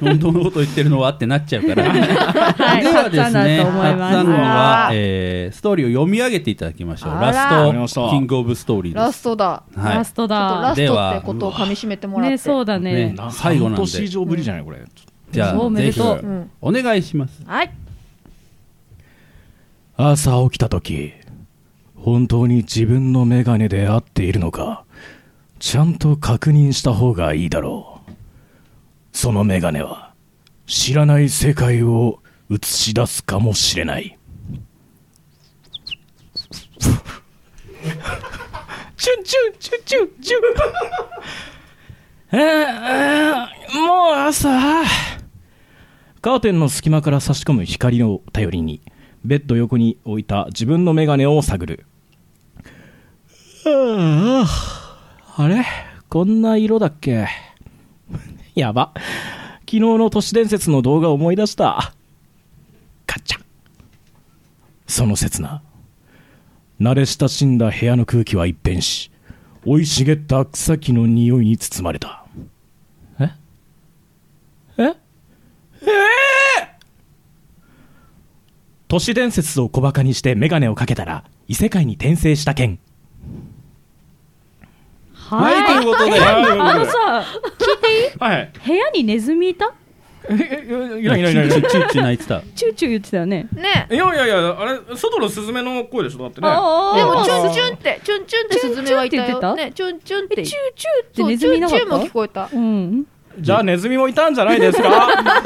Speaker 5: 本当のこと言ってるのはってなっちゃうからで
Speaker 3: はい
Speaker 5: はですね
Speaker 3: たっつぁんだと思います
Speaker 5: たっつぁんのは
Speaker 2: あ、ー
Speaker 5: えーストーリーを読み上げていただきましょう
Speaker 2: あら
Speaker 4: わかり
Speaker 5: ラ
Speaker 4: ま
Speaker 5: ス
Speaker 4: し
Speaker 5: ト
Speaker 4: た
Speaker 5: キングオブストーリーです
Speaker 2: ラストだ
Speaker 5: はい
Speaker 3: ラスト
Speaker 2: ちょっとラ
Speaker 3: だ
Speaker 2: ストってことを噛み締めてもらって
Speaker 3: ねそうだね
Speaker 5: ね最後なんで
Speaker 4: 半年以上ぶりじゃないこれ
Speaker 5: じゃ
Speaker 3: そう
Speaker 5: あ
Speaker 3: めで
Speaker 5: ぜひ
Speaker 3: とう
Speaker 2: うん
Speaker 5: お願いします
Speaker 2: はい
Speaker 6: 朝起きた時本当に自分の眼鏡で合っているのかちゃんと確認した方がいいだろうその眼鏡は知らない世界を映し出すかもしれない チュンチュンチュンチュンチュン
Speaker 4: えー、もう朝カーテンの隙間から差し込む光を頼りにベッド横に置いた自分の眼鏡を探るあああれこんな色だっけ やば昨日の都市伝説の動画を思い出した
Speaker 6: ガチャその刹那慣れ親しんだ部屋の空気は一変し生い茂った草木の匂いに包まれたええええ
Speaker 4: 都市伝説を小バカにして眼鏡をかけたら異世界に転生した件
Speaker 5: はい、
Speaker 3: はい
Speaker 5: ということで、
Speaker 3: あのさ
Speaker 4: はい
Speaker 3: 部屋にネズミいた
Speaker 4: い
Speaker 5: いチューチューチュー泣いてた。
Speaker 3: チューチュー言ってたよね
Speaker 2: ね
Speaker 4: いやいやいや、あれ、外のスズメの声でしょ、だってね。
Speaker 3: あ
Speaker 2: でも
Speaker 3: チ
Speaker 2: チ
Speaker 3: ュ
Speaker 2: ュンチュンってチュンチュンってスズメはいた
Speaker 3: チュンチュンって言ってた
Speaker 2: よねチュンチュンって
Speaker 3: ーチューって
Speaker 2: そう
Speaker 3: ネ
Speaker 2: チ
Speaker 3: ズ
Speaker 2: ュ
Speaker 3: ミ
Speaker 2: ン
Speaker 3: な
Speaker 2: チ
Speaker 3: か
Speaker 2: ュ
Speaker 3: っ
Speaker 2: ンも聞
Speaker 3: た
Speaker 2: こえた
Speaker 3: うん
Speaker 4: じゃあ、ネズミもいたんじゃないですか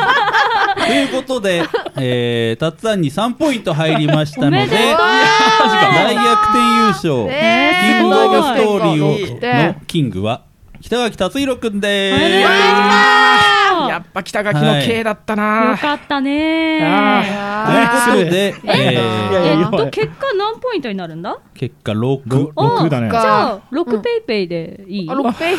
Speaker 5: ということで、えー、たっつぁんに3ポイント入りましたの
Speaker 3: おめ
Speaker 5: で、
Speaker 3: でとう
Speaker 5: 大逆転優勝、
Speaker 2: えー
Speaker 5: キングオブストーリ
Speaker 2: すごい
Speaker 5: ーをのキングは、北脇達弘くんで
Speaker 3: おめでとう
Speaker 4: やっぱ北垣の刑だった
Speaker 3: よ
Speaker 4: な。
Speaker 3: かったね
Speaker 4: あ
Speaker 5: す。ということで、え
Speaker 4: いやいや
Speaker 3: え
Speaker 5: ー、
Speaker 3: っと結果何ポイントになるんだ
Speaker 5: 結果6。
Speaker 3: あ
Speaker 6: だ ね
Speaker 3: じゃあ6ペイペイでいい
Speaker 2: あロッペイ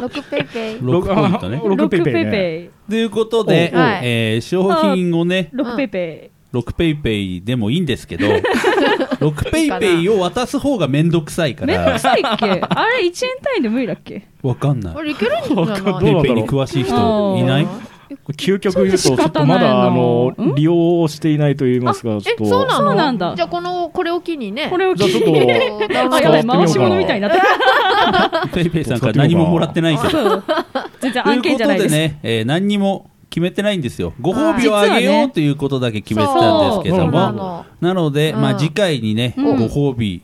Speaker 2: 六ペイペイ。
Speaker 5: 6ポイントね。
Speaker 3: 六ペイペイ
Speaker 4: ね
Speaker 5: ということで、
Speaker 2: おはい
Speaker 5: えー商品をね、
Speaker 3: 六ペイペ
Speaker 5: 6ペイペイでもいいんですけど、6ペイペイを渡す方がめんどくさいか
Speaker 3: イ。めんどく
Speaker 5: ら、
Speaker 3: さいっけあれ一円単位で無理だっけ
Speaker 5: わかんない
Speaker 2: こ。れいけるんじゃ
Speaker 4: わかん
Speaker 2: な
Speaker 5: ペ
Speaker 4: ない
Speaker 5: イペイに詳しい人いない
Speaker 4: 究極言うと、ちょっとまだ、あの、利用していないと言いますか、ちょっと。
Speaker 2: え、そうなの
Speaker 3: そうなんだ
Speaker 2: じゃあこの、これを機にね。
Speaker 3: これを
Speaker 4: じゃあちょっと、
Speaker 3: あ、やばい、回し物みたいになってた。
Speaker 5: ペイペイさんから何ももらってないんですよ。
Speaker 3: そう全然
Speaker 5: とい
Speaker 3: 案
Speaker 5: うこ
Speaker 3: 件じゃ
Speaker 5: と
Speaker 3: ないで。
Speaker 5: ですね、えー何にも決めてないんですよ。ご褒美をあ
Speaker 3: 実は
Speaker 5: げよう
Speaker 3: ね
Speaker 5: ということだけ決めてたんですけど
Speaker 2: そうな
Speaker 5: も、
Speaker 2: の。
Speaker 5: なので、
Speaker 2: うん
Speaker 5: まあ次回にね、
Speaker 3: うん
Speaker 5: ご褒美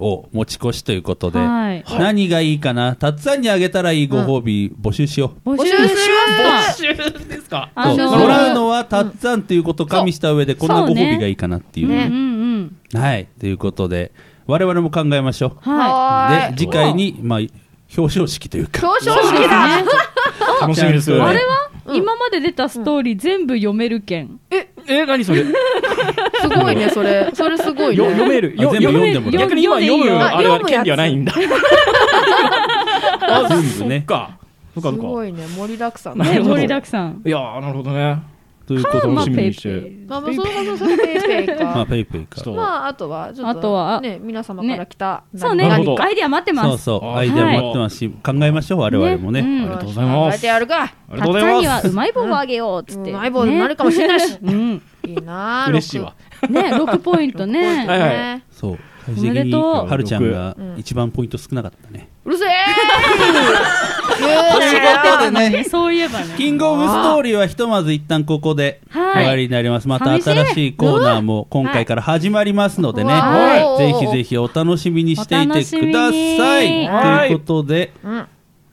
Speaker 5: を持ち越しということで、
Speaker 3: はい
Speaker 5: 何がいいかな、たっさんにあげたらいいご褒美募集しよう。
Speaker 3: 募
Speaker 2: 募集しま
Speaker 3: ますす。
Speaker 6: 集ですか
Speaker 3: あ
Speaker 5: そ
Speaker 3: の
Speaker 5: うもらうのはたっさんということを加味した上で、こんなご褒美がいいかなっていう。
Speaker 3: うんう
Speaker 2: ね
Speaker 3: ん
Speaker 5: はい、ということで、我々も考えましょ
Speaker 3: うん。は
Speaker 5: う。
Speaker 2: はー
Speaker 5: で、
Speaker 2: い。
Speaker 5: 次回に、まあ、表彰式というか、
Speaker 2: 表彰式だ
Speaker 3: い。ね
Speaker 4: 楽しみです。
Speaker 5: あ
Speaker 3: あれ
Speaker 5: れ
Speaker 3: は今まで出たストーリー全部読めるけん。
Speaker 4: え、何それ
Speaker 2: すごいね、それ。それすごい
Speaker 4: よ読
Speaker 2: ね。
Speaker 4: める。
Speaker 5: あ全部読んでもらう
Speaker 4: 逆に今読む、
Speaker 3: よ
Speaker 2: あ
Speaker 4: あれは
Speaker 2: 読むやつ
Speaker 4: 権利はないんだ。
Speaker 5: 全部ね。
Speaker 4: か。そっかそ
Speaker 2: す
Speaker 4: っか。
Speaker 2: ごいね、盛りだくさん
Speaker 4: な
Speaker 2: ね。
Speaker 4: る
Speaker 3: ね
Speaker 4: ほど
Speaker 3: 盛りだくさん。
Speaker 4: いやー、なるほどね。
Speaker 5: ということ
Speaker 4: 楽
Speaker 5: で、
Speaker 4: しみにして
Speaker 3: ペイペイ
Speaker 2: まあ、まあそうそうそう、ペイペイ
Speaker 5: まあ、
Speaker 2: か。
Speaker 5: ペイペイ
Speaker 4: ち。
Speaker 5: か
Speaker 4: ょっと。
Speaker 2: まあ、あとは、ちょっと、
Speaker 3: あとは
Speaker 2: ね、皆様から来た、
Speaker 3: そう
Speaker 4: な
Speaker 3: ね
Speaker 4: るほ、ど
Speaker 3: アイディア待ってま
Speaker 5: そう
Speaker 3: す。
Speaker 5: そう、
Speaker 4: あ
Speaker 5: アイデア待ってますし、考えましょう、我々もね。
Speaker 3: ね
Speaker 4: あ
Speaker 3: う
Speaker 4: り
Speaker 3: ん
Speaker 4: がとうございま
Speaker 2: 考え
Speaker 4: す。
Speaker 2: て
Speaker 4: あ
Speaker 2: やるか。
Speaker 4: りが
Speaker 3: た
Speaker 4: とう
Speaker 3: っ
Speaker 4: ござ
Speaker 3: さん
Speaker 4: い
Speaker 3: には
Speaker 4: ます。
Speaker 3: うまい棒をあげようっ
Speaker 2: う
Speaker 3: つって。
Speaker 2: まい棒になるかもしれないし。
Speaker 3: うん。ね、
Speaker 2: いいなぁ。
Speaker 4: 嬉しいわ。
Speaker 3: 6ポイント
Speaker 4: は
Speaker 3: ね。
Speaker 4: い
Speaker 2: ね
Speaker 5: そう。最
Speaker 3: お
Speaker 5: 終
Speaker 3: め
Speaker 5: 的
Speaker 3: で
Speaker 5: に、
Speaker 3: とう
Speaker 5: はるちゃんが
Speaker 2: うん
Speaker 5: 一番ポイント少なかったね。
Speaker 2: うる せえ言うなよ
Speaker 5: ね
Speaker 3: そういえばね。
Speaker 5: キングオブストーリーはひとまず一旦ここで
Speaker 3: はい
Speaker 5: 終わりになります。また
Speaker 3: 寂しい
Speaker 5: 新しいコーナーも今回から始まりますのでね、
Speaker 2: はい
Speaker 5: ぜひぜひお楽しみにしていてください。
Speaker 3: お
Speaker 4: 楽しみに
Speaker 5: ということで、
Speaker 2: うん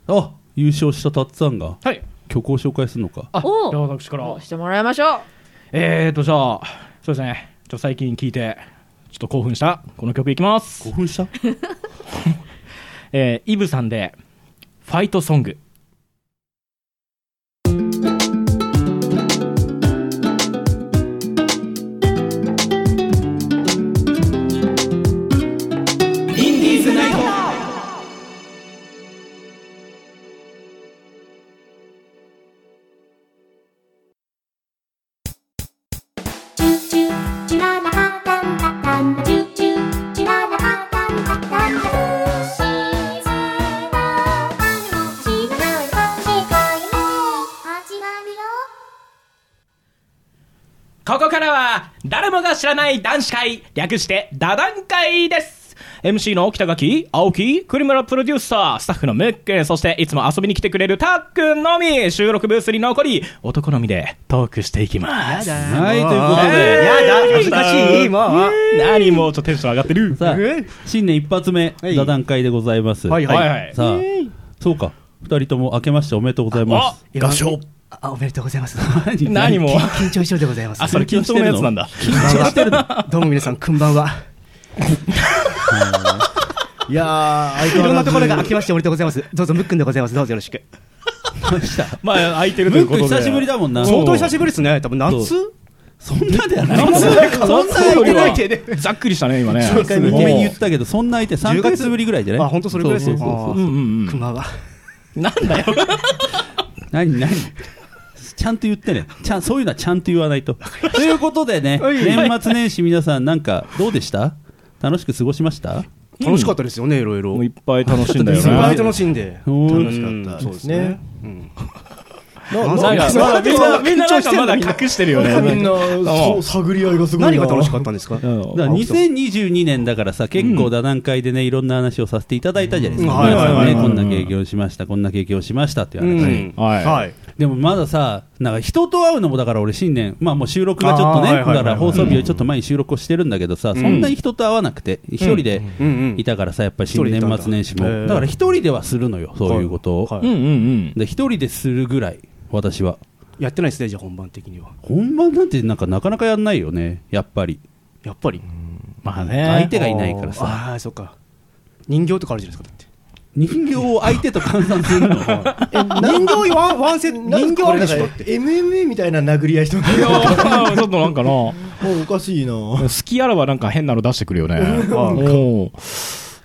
Speaker 5: あ優勝したたっつぁんが
Speaker 4: はい。
Speaker 5: 曲を紹介するのか。
Speaker 4: あ、
Speaker 3: お
Speaker 4: じゃあ私から。
Speaker 2: してもらいましょ
Speaker 4: えーと、じゃあ、そうですね。ちょっと最近聴いて、ちょっと興奮した、この曲いきます。
Speaker 5: 興奮した
Speaker 4: えーイブさんで、ファイトソング。
Speaker 7: チューチューチュララハタンタタンタチューチューチュララハタンタタンタ星空は雨もしずない世界も始まるよ
Speaker 6: ここからは、誰もが知らない男子会、略して、ダダン会です。
Speaker 4: MC の北垣、青木、栗村プロデューサー、スタッフのムック、そしていつも遊びに来てくれるタックンのみ、収録ブースに残り、男のみでトークしていきます。
Speaker 5: はい、ということで、
Speaker 4: やだ、恥ずかしい、もう。何もうちょっとテンション上がってる。
Speaker 5: さあ、新年一発目、座談会でございます。
Speaker 4: はいはいはい
Speaker 5: さあ、そうか、二人とも明けましておめでとうございます。
Speaker 4: 合唱。
Speaker 8: あ、おめでとうございます。
Speaker 4: 何も。
Speaker 8: 緊張症でございます。
Speaker 4: あ、それ緊張のやつなんだ。
Speaker 8: どうも皆さん、こんばんは。いやー、いろんなところが開けましておめでとうございます。どうぞ、ムックンでございます。どうぞよろしく。
Speaker 4: まあ、空いてると
Speaker 5: ム
Speaker 4: い
Speaker 5: ッ
Speaker 4: うこ
Speaker 5: ク
Speaker 4: とで。
Speaker 5: 久しぶりだもんな。
Speaker 8: 相当久しぶりですね。多分夏
Speaker 5: そんなではない。
Speaker 8: そんな開いてないけどね。
Speaker 4: ざっくりしたね、今ね。
Speaker 5: 一回多めに言ったけど、そんな相手3ヶ月ぶりぐらいじゃない
Speaker 8: あ、本当それぐらいで
Speaker 5: そ
Speaker 8: すよ。
Speaker 5: うそうそう
Speaker 8: あ
Speaker 4: う
Speaker 5: そ
Speaker 4: んう
Speaker 5: う。
Speaker 4: んう
Speaker 8: ーこ
Speaker 4: ん。
Speaker 8: んばんは。
Speaker 4: なんだよ。
Speaker 5: 何何ちゃんと言ってね。ちゃん、そういうのはちゃんと言わないと。 ということでね、年末年始皆さんなんかどうでした楽しく過ごしました
Speaker 8: 楽しかったですよね、いろいろ。
Speaker 4: もうい
Speaker 8: い
Speaker 4: っぱい楽しんだよ
Speaker 8: っ
Speaker 5: ぱ
Speaker 8: ぱ
Speaker 4: ね
Speaker 8: い。楽しんで。
Speaker 5: うん
Speaker 8: 楽しかった。そうですね。うん
Speaker 4: なんか、
Speaker 8: なんか
Speaker 4: まだみんな、みんななん
Speaker 8: 緊張して
Speaker 4: か
Speaker 8: んの
Speaker 4: まだ隠してる よ
Speaker 8: なんかみん
Speaker 4: ね。
Speaker 8: な、そう探り合いがすごいな。何が楽しかったんですか
Speaker 4: うん
Speaker 5: だから2022年だからさ、結構、座談会でね、いろんな話をさせていただいたじゃないですか、
Speaker 8: うん
Speaker 5: 皆さん
Speaker 8: はいは
Speaker 5: ね、
Speaker 8: いはい
Speaker 5: こんな経験をしました、こんな経験をしましたっていう
Speaker 8: う
Speaker 5: 話、
Speaker 8: ん
Speaker 4: はい
Speaker 8: はい。
Speaker 5: でもまださ、なんか人と会うのも、だから俺、新年、まあもう収録がちょっと
Speaker 8: あー
Speaker 5: ね、
Speaker 8: はいはいはい
Speaker 5: だから放送日よりちょっと前に収録をしてるんだけどさ、そんなに人と会わなくて、一人で
Speaker 8: うんうん
Speaker 5: いたからさ、やっぱり新年末年始
Speaker 8: 一人でいた
Speaker 5: も、
Speaker 8: んだ
Speaker 5: だから一人ではするのよ、そういうこと
Speaker 8: は
Speaker 5: を
Speaker 8: い。
Speaker 4: うんうんうん。
Speaker 5: で一人でするぐらい、私は。
Speaker 8: やってないですね、じゃあ本番的には。
Speaker 5: 本番なんて、なんかなかなかやんないよね、やっぱり。
Speaker 8: やっぱり。
Speaker 4: まあね。
Speaker 5: 相手がいないからさ。
Speaker 8: ああ、そっか。人形とかあるじゃないですか、
Speaker 5: 人形を相手と換算す るの
Speaker 8: だって。人形ワン、ワンセット、人形あるでしょだって。
Speaker 9: MMA みたいな殴り合いしても
Speaker 4: いやーちょっとなんかな、
Speaker 9: もうおかしいな
Speaker 4: 好きあらばなんか変なの出してくるよね。もう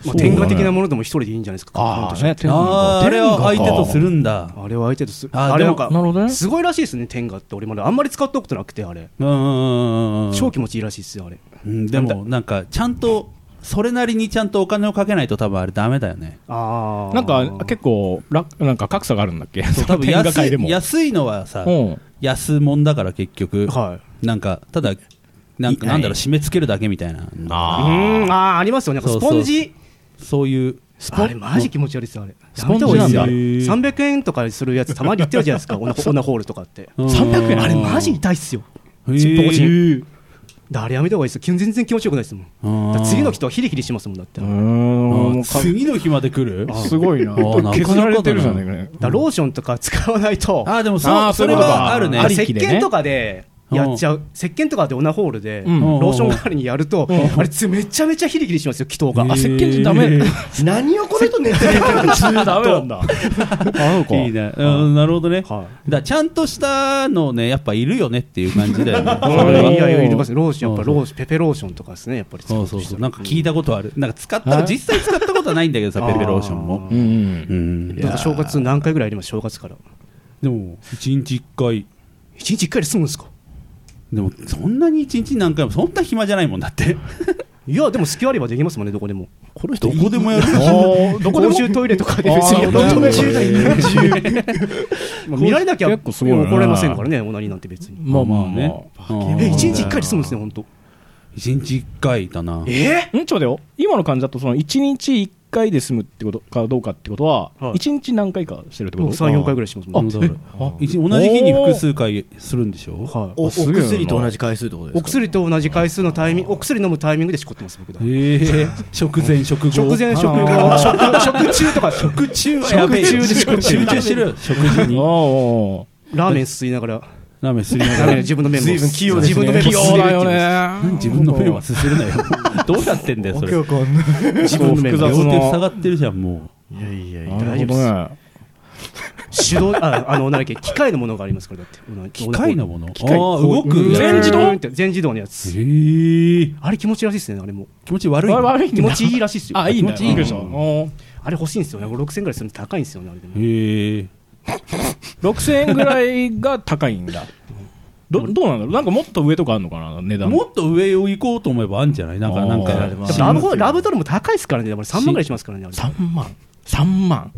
Speaker 8: まあ、天下的なものでも一人でいいんじゃないですか。
Speaker 4: あ
Speaker 8: 本
Speaker 4: あ、
Speaker 8: 当に
Speaker 4: ね、天
Speaker 5: あーあれは相手とするんだ
Speaker 8: あれは相手とす
Speaker 5: あ
Speaker 8: あれなん
Speaker 4: なるほど
Speaker 8: か、
Speaker 4: ね
Speaker 8: すごいらしいですね、天下って。俺まだあんまり使ったことなくて、あれ。
Speaker 5: うんうんうんうん
Speaker 8: 超気持ちいいらしいですよ、あれ。
Speaker 5: うんでもなんかちゃんとそれなりにちゃんとお金をかけないと多分あれダメだよね
Speaker 8: ああ。
Speaker 4: なんか結構らなんか格差があるんだっけ？
Speaker 5: 多分
Speaker 4: 天下
Speaker 5: 安
Speaker 4: 界で
Speaker 5: い
Speaker 4: も。
Speaker 5: 安いのはさ
Speaker 4: うん。
Speaker 5: 安もんだから結局
Speaker 8: はい。
Speaker 5: なんかただなんかなんだろ
Speaker 4: い
Speaker 5: う締め付けるだけみたいな
Speaker 8: う
Speaker 4: あ
Speaker 8: ーん、ああ、ありますよね。なんか
Speaker 5: そう
Speaker 8: ス
Speaker 5: そう
Speaker 8: ポンジ。
Speaker 5: そういう
Speaker 8: あれ、マジ気持ち悪いですよ、あれ。
Speaker 4: スポンジなんだ
Speaker 8: やめた方がいいですよ300円とかするやつ、たまに売ってるじゃないで すか、オナオナホールとかって。
Speaker 5: 300円
Speaker 8: あれ、マジ痛いっすよ。
Speaker 5: へー
Speaker 8: ちっぽこちん。だからあれやめた方がいいですよ。きゅん全然気持ちよくないですも
Speaker 5: あー
Speaker 8: ん。だから次の人はヒリヒリしますもん、だって。
Speaker 4: う
Speaker 8: だ
Speaker 4: ー
Speaker 8: か
Speaker 4: ん。もうか
Speaker 5: 次の日まで来る
Speaker 4: すごいな。
Speaker 5: あーなんか
Speaker 4: 削られてるじゃないかね。
Speaker 8: らローションとか使わないと、
Speaker 5: あーでも
Speaker 4: あ
Speaker 5: そう
Speaker 4: ー
Speaker 5: そ
Speaker 4: そうい
Speaker 5: れ
Speaker 4: うことか
Speaker 5: はあるね
Speaker 4: あり
Speaker 8: 石
Speaker 4: きでね
Speaker 8: 鹸とかでやっちゃう。石鹸とかでオナホールで、
Speaker 4: うん
Speaker 8: ローション代わりにやると、
Speaker 4: ん
Speaker 8: あれつ、めちゃめちゃヒリヒリしますよ、気筒が。
Speaker 4: あ、石 鹸ってダメ。
Speaker 9: 何をこの人寝て るのか
Speaker 4: ダメなんだ。あ、そうか。
Speaker 5: いいねうんなるほどねだか
Speaker 8: は
Speaker 5: らちゃんとしたのねやっぱいるよねっていう感じだよね
Speaker 8: い。
Speaker 5: それはい
Speaker 8: やいや、いりますねローション、やっぱローション、ペペローションとかですね、やっぱり使
Speaker 5: そう
Speaker 8: う
Speaker 5: そ
Speaker 8: と
Speaker 5: う
Speaker 8: した
Speaker 5: そう
Speaker 8: ら
Speaker 5: なんか聞いたことあるなんか使った
Speaker 4: あ
Speaker 5: 実際使ったことはないんだけどさペペローションも
Speaker 4: うんうん。
Speaker 5: うん
Speaker 8: なんか正月何回ぐらいあります正月から
Speaker 5: でも一日一回
Speaker 8: 一日一回で済むんですか
Speaker 5: でもそんなに一日何回もそんな暇じゃないもんだって
Speaker 8: いやでも隙あればできますもんねどこでも
Speaker 5: この人どこでもやる
Speaker 4: あーどこで
Speaker 8: 公
Speaker 4: も
Speaker 8: 衆トイレとかで別に
Speaker 4: あーなるほどね
Speaker 8: 公衆トイレまあ見られなきゃ
Speaker 4: 結構すごいね
Speaker 8: 怒られませんからねオナニーなんて別に
Speaker 4: まあまあ
Speaker 5: ね
Speaker 4: ね。
Speaker 8: え一日一回で済むんですね本当
Speaker 5: 一日一回だな
Speaker 8: え
Speaker 4: んちょっと待ってよ。今の感じだとその一日一回で済むってことかどうかってことは
Speaker 8: はい
Speaker 4: 一日何回かしてるってこと。
Speaker 8: 三四回ぐらいしますもんね
Speaker 5: え一同じ日に複数回するんでしょ
Speaker 8: はい
Speaker 9: おお
Speaker 4: すげえな
Speaker 9: 薬と同じ回数ってことですか
Speaker 8: お薬と同じ回数のタイミングお薬飲むタイミングでしこってます僕だ
Speaker 5: ええ食前食後
Speaker 8: 食前食後食食中とか
Speaker 5: 食中はやべえ
Speaker 8: 食中でしこ ってる
Speaker 5: 集中してる食事に
Speaker 4: あ
Speaker 8: ラーメンすすいながら
Speaker 5: ラーメンすりな
Speaker 8: ラ
Speaker 5: が
Speaker 8: ーメン
Speaker 5: ら
Speaker 8: 自分の麺も
Speaker 9: 随分器用ですね
Speaker 8: 自分
Speaker 4: 器
Speaker 8: の麺もす
Speaker 4: 用
Speaker 8: す
Speaker 4: だ
Speaker 8: れるっていう
Speaker 4: よ
Speaker 8: ね
Speaker 4: ね。
Speaker 5: 自分の麺はすするなよどうやってんだよそれ
Speaker 9: わけわかんない
Speaker 8: 自分の麺
Speaker 4: 複
Speaker 8: も
Speaker 4: 雑
Speaker 5: 両
Speaker 4: な
Speaker 5: 手塞がってるじゃんも
Speaker 9: いやいやいや
Speaker 4: なるほどね。
Speaker 8: 手動ああのなんだっけ機械のものがありますからだってオナ
Speaker 5: う機械のものあ
Speaker 4: 機械
Speaker 5: あ動く
Speaker 4: うん全自動
Speaker 8: うんって全自動のや
Speaker 5: え
Speaker 8: つ
Speaker 5: ー
Speaker 8: あれ気持ちいいらしいですねあれも
Speaker 5: 気持ち悪いな
Speaker 4: 悪いんだ
Speaker 8: 気持ちいいらしいですよ
Speaker 4: あ、いいんだよ。
Speaker 5: 気持ちいい
Speaker 4: でしょ。おー
Speaker 8: あれ欲しいんですよね6000円ぐらいするの高いんですよねあれでも
Speaker 5: へえ
Speaker 4: 6000円ぐらいが高いんだ。どどうなんだろうなんかもっと上とかあるのかな値段。
Speaker 5: もっと上を行こうと思えばあんじゃないなん
Speaker 4: あ
Speaker 5: か
Speaker 4: ー
Speaker 5: なんか
Speaker 4: や
Speaker 8: でもラブホラブドルも高いですからねでも3万ぐらいしますからねあれ
Speaker 4: 3万。3万。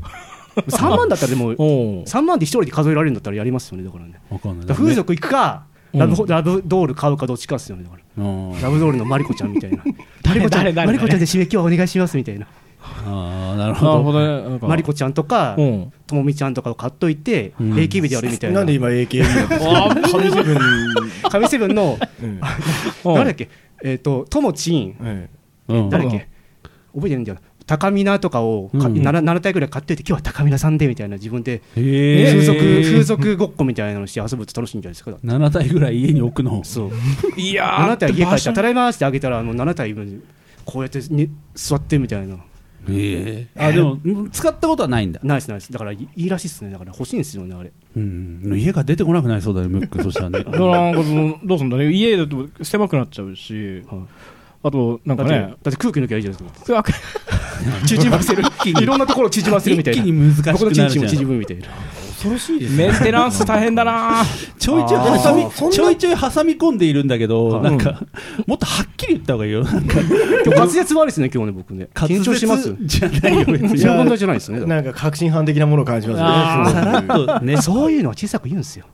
Speaker 8: 3万だったらでも
Speaker 4: おお。
Speaker 8: 3万で一人で数えられるんだったらやりますよねだからね
Speaker 5: わかんない
Speaker 8: だから風俗行くか
Speaker 4: うん
Speaker 8: ラブホラブドール買うかどっちかっすよねだから
Speaker 5: うん
Speaker 8: ラブドールのマリコちゃんみたいなマリ
Speaker 4: 誰
Speaker 8: コちゃん
Speaker 4: 誰誰
Speaker 8: マリコちゃんで締め今日お願いしますみたいな
Speaker 5: ああなるほ
Speaker 4: なる
Speaker 5: ど
Speaker 4: ほどねなんか。
Speaker 8: マリコちゃんとか
Speaker 4: うん。
Speaker 8: ともみちゃんとかを買っといて AKB でやるみたいな
Speaker 9: なんで今 AKB だ
Speaker 4: あ、
Speaker 9: 神自分
Speaker 8: 神セブンの
Speaker 4: うん
Speaker 8: 誰だっけえっ、と、ともちん、
Speaker 5: うん
Speaker 8: 誰だっけ覚えてるんだよな。高見菜とかをか、
Speaker 5: うん
Speaker 8: 7, 7体ぐらい買ってて、今日は高見菜さんでみたいな、自分で
Speaker 5: へ
Speaker 8: 風
Speaker 5: え
Speaker 8: 俗、風俗ごっこみたいなのして遊ぶと楽しいんじゃないですか。
Speaker 5: 7体ぐらい家に置くの
Speaker 8: そう。
Speaker 4: いやー。
Speaker 8: 7体家帰
Speaker 4: 場
Speaker 8: って、
Speaker 4: 所
Speaker 8: ただいまーってあげたら、もう7体分、こうやってね座ってみたいな。
Speaker 5: ええあでもうん使ったことはないんだ
Speaker 8: ナイスナイス。だから、いいいらしいっすね。だから、欲しいんですよね、あれ。
Speaker 5: うん家が出てこなくなりそうだねムックそしたら
Speaker 4: だ
Speaker 5: ね
Speaker 4: からなんかそのどうすんだね家だと狭くなっちゃうし、
Speaker 8: はい
Speaker 4: あとなん
Speaker 8: だ
Speaker 4: か
Speaker 8: って、
Speaker 4: ね
Speaker 8: だって空気抜きゃいいじゃないですか。
Speaker 4: うわく
Speaker 8: 縮ませる。いろんなところを縮ませるみたいな。
Speaker 5: 一気に難しくなる
Speaker 8: 僕の
Speaker 5: じゃん
Speaker 8: チンチンも縮むみたいな。
Speaker 9: 恐ろしいです
Speaker 4: メンテナンス大変だな
Speaker 5: ちょいちょい
Speaker 8: あー
Speaker 5: 挟み
Speaker 9: そんな
Speaker 5: ちょいちょい挟み込んでいるんだけど
Speaker 8: はい
Speaker 5: なんかもっとはっきり言った方がいいよなんか
Speaker 8: 今日滑舌悪いですね、今日ね、僕ね。緊張します
Speaker 5: 滑。舌じゃないよ別に
Speaker 8: そういう問題じゃないですね。だから
Speaker 9: なんか確信犯的なものを感じ
Speaker 4: あ
Speaker 9: ま
Speaker 4: ー
Speaker 9: すね
Speaker 5: さらっ とね
Speaker 8: そういうのは小さく言うんですよ。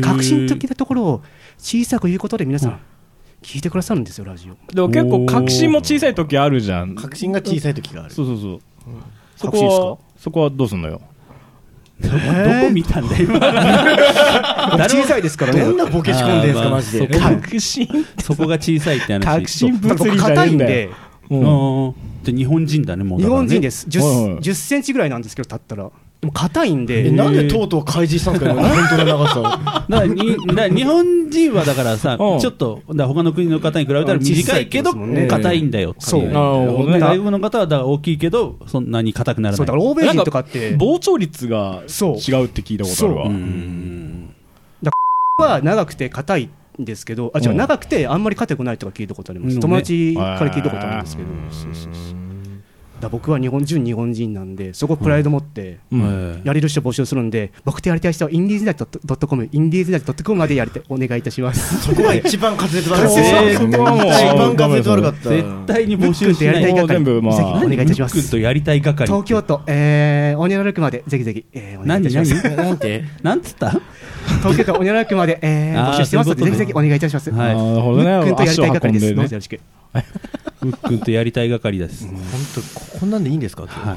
Speaker 8: 革新的なところを小さく言うことで皆さん、聞いてくださるんですよ、ラジオ。
Speaker 4: でも結構確信も小さい時あるじゃん
Speaker 9: 確信が小さい時がある
Speaker 4: そうそうそうそ
Speaker 8: 確信です
Speaker 4: こはそこはどうすんのよ
Speaker 5: どこ見たんだよ今
Speaker 8: 小さいですからね。
Speaker 9: どんなボケ仕込んでんす
Speaker 5: あー
Speaker 9: か
Speaker 5: まあ
Speaker 9: マジで
Speaker 5: そこ
Speaker 4: 確信
Speaker 5: そこが小さいって話
Speaker 4: 確信
Speaker 8: だか
Speaker 4: 物
Speaker 8: ら
Speaker 4: 理じゃ
Speaker 8: 硬
Speaker 4: ね
Speaker 8: い
Speaker 4: え
Speaker 8: ん
Speaker 4: んだよ
Speaker 8: で、
Speaker 4: う
Speaker 5: うん
Speaker 4: ん
Speaker 5: で日本人だねもう
Speaker 8: 日
Speaker 5: だからね
Speaker 8: 本人です。
Speaker 4: はいはい
Speaker 8: 10 10センチぐらいなんですけど、立ったら。でも硬いん
Speaker 9: え
Speaker 8: で、
Speaker 9: なんでとうとう開示したんですかね本当の 長さ
Speaker 5: だからにだから日本人はだからさ、
Speaker 4: うん
Speaker 5: ちょっとだから他の国の方に比べたら短いけど
Speaker 8: 小さいですもんね
Speaker 5: 硬いんだよってい
Speaker 8: そう
Speaker 4: なるほどね
Speaker 5: で外国の方はだから大きいけどそんなに硬くなら
Speaker 8: そ
Speaker 5: ない
Speaker 8: う、だから欧米人とかって、
Speaker 4: 膨張率が
Speaker 8: そう
Speaker 4: 違うって聞いたことあるわ
Speaker 5: う
Speaker 4: うん
Speaker 5: ん
Speaker 8: は長くて硬いんですけど、あ、違
Speaker 4: う
Speaker 8: う、
Speaker 4: ん
Speaker 8: 長くてあんまり硬くないとか聞いたことありま
Speaker 5: う
Speaker 8: す。
Speaker 5: ん
Speaker 8: 友達から聞いたことあるんですけど、そうそうそうだ僕は日本人日本人なんでそこプライド持って
Speaker 5: うん
Speaker 8: やれる人募集するんで僕とやりたい人はインディーズナイトドットコムインディーズナイトドットコムまでやりたいお願いいたします
Speaker 9: そこが一番滑舌悪かった。
Speaker 4: えーそこはもう
Speaker 9: 一番滑舌悪かった。
Speaker 5: 絶対に募集
Speaker 8: 君
Speaker 5: し
Speaker 8: とや
Speaker 5: な
Speaker 8: りた
Speaker 5: い
Speaker 8: い
Speaker 4: もう
Speaker 8: 係
Speaker 4: 全部まあ
Speaker 8: ぜひお願いいたしま
Speaker 5: 君と
Speaker 8: す
Speaker 5: やりたい係
Speaker 8: 東京都えーオニャラルクまでぜひぜひえーお願いい
Speaker 5: 何
Speaker 8: たしま
Speaker 5: 何
Speaker 8: す
Speaker 9: なんて
Speaker 5: なんつった
Speaker 8: 東京都オニャラルクまで えー
Speaker 5: あー
Speaker 8: 募集してますので
Speaker 5: そうい
Speaker 8: ぜ
Speaker 5: うことね
Speaker 8: ひぜひお願いいたします
Speaker 5: はい
Speaker 4: なるほど
Speaker 8: 君
Speaker 4: ね
Speaker 8: とやり
Speaker 4: 足を
Speaker 8: たい
Speaker 4: 運
Speaker 8: 係
Speaker 4: ん
Speaker 8: で
Speaker 4: ですね
Speaker 8: どうぞよろしく
Speaker 5: うっくんとやりたい係です
Speaker 9: 本当ここんなんでいいんですか。
Speaker 5: は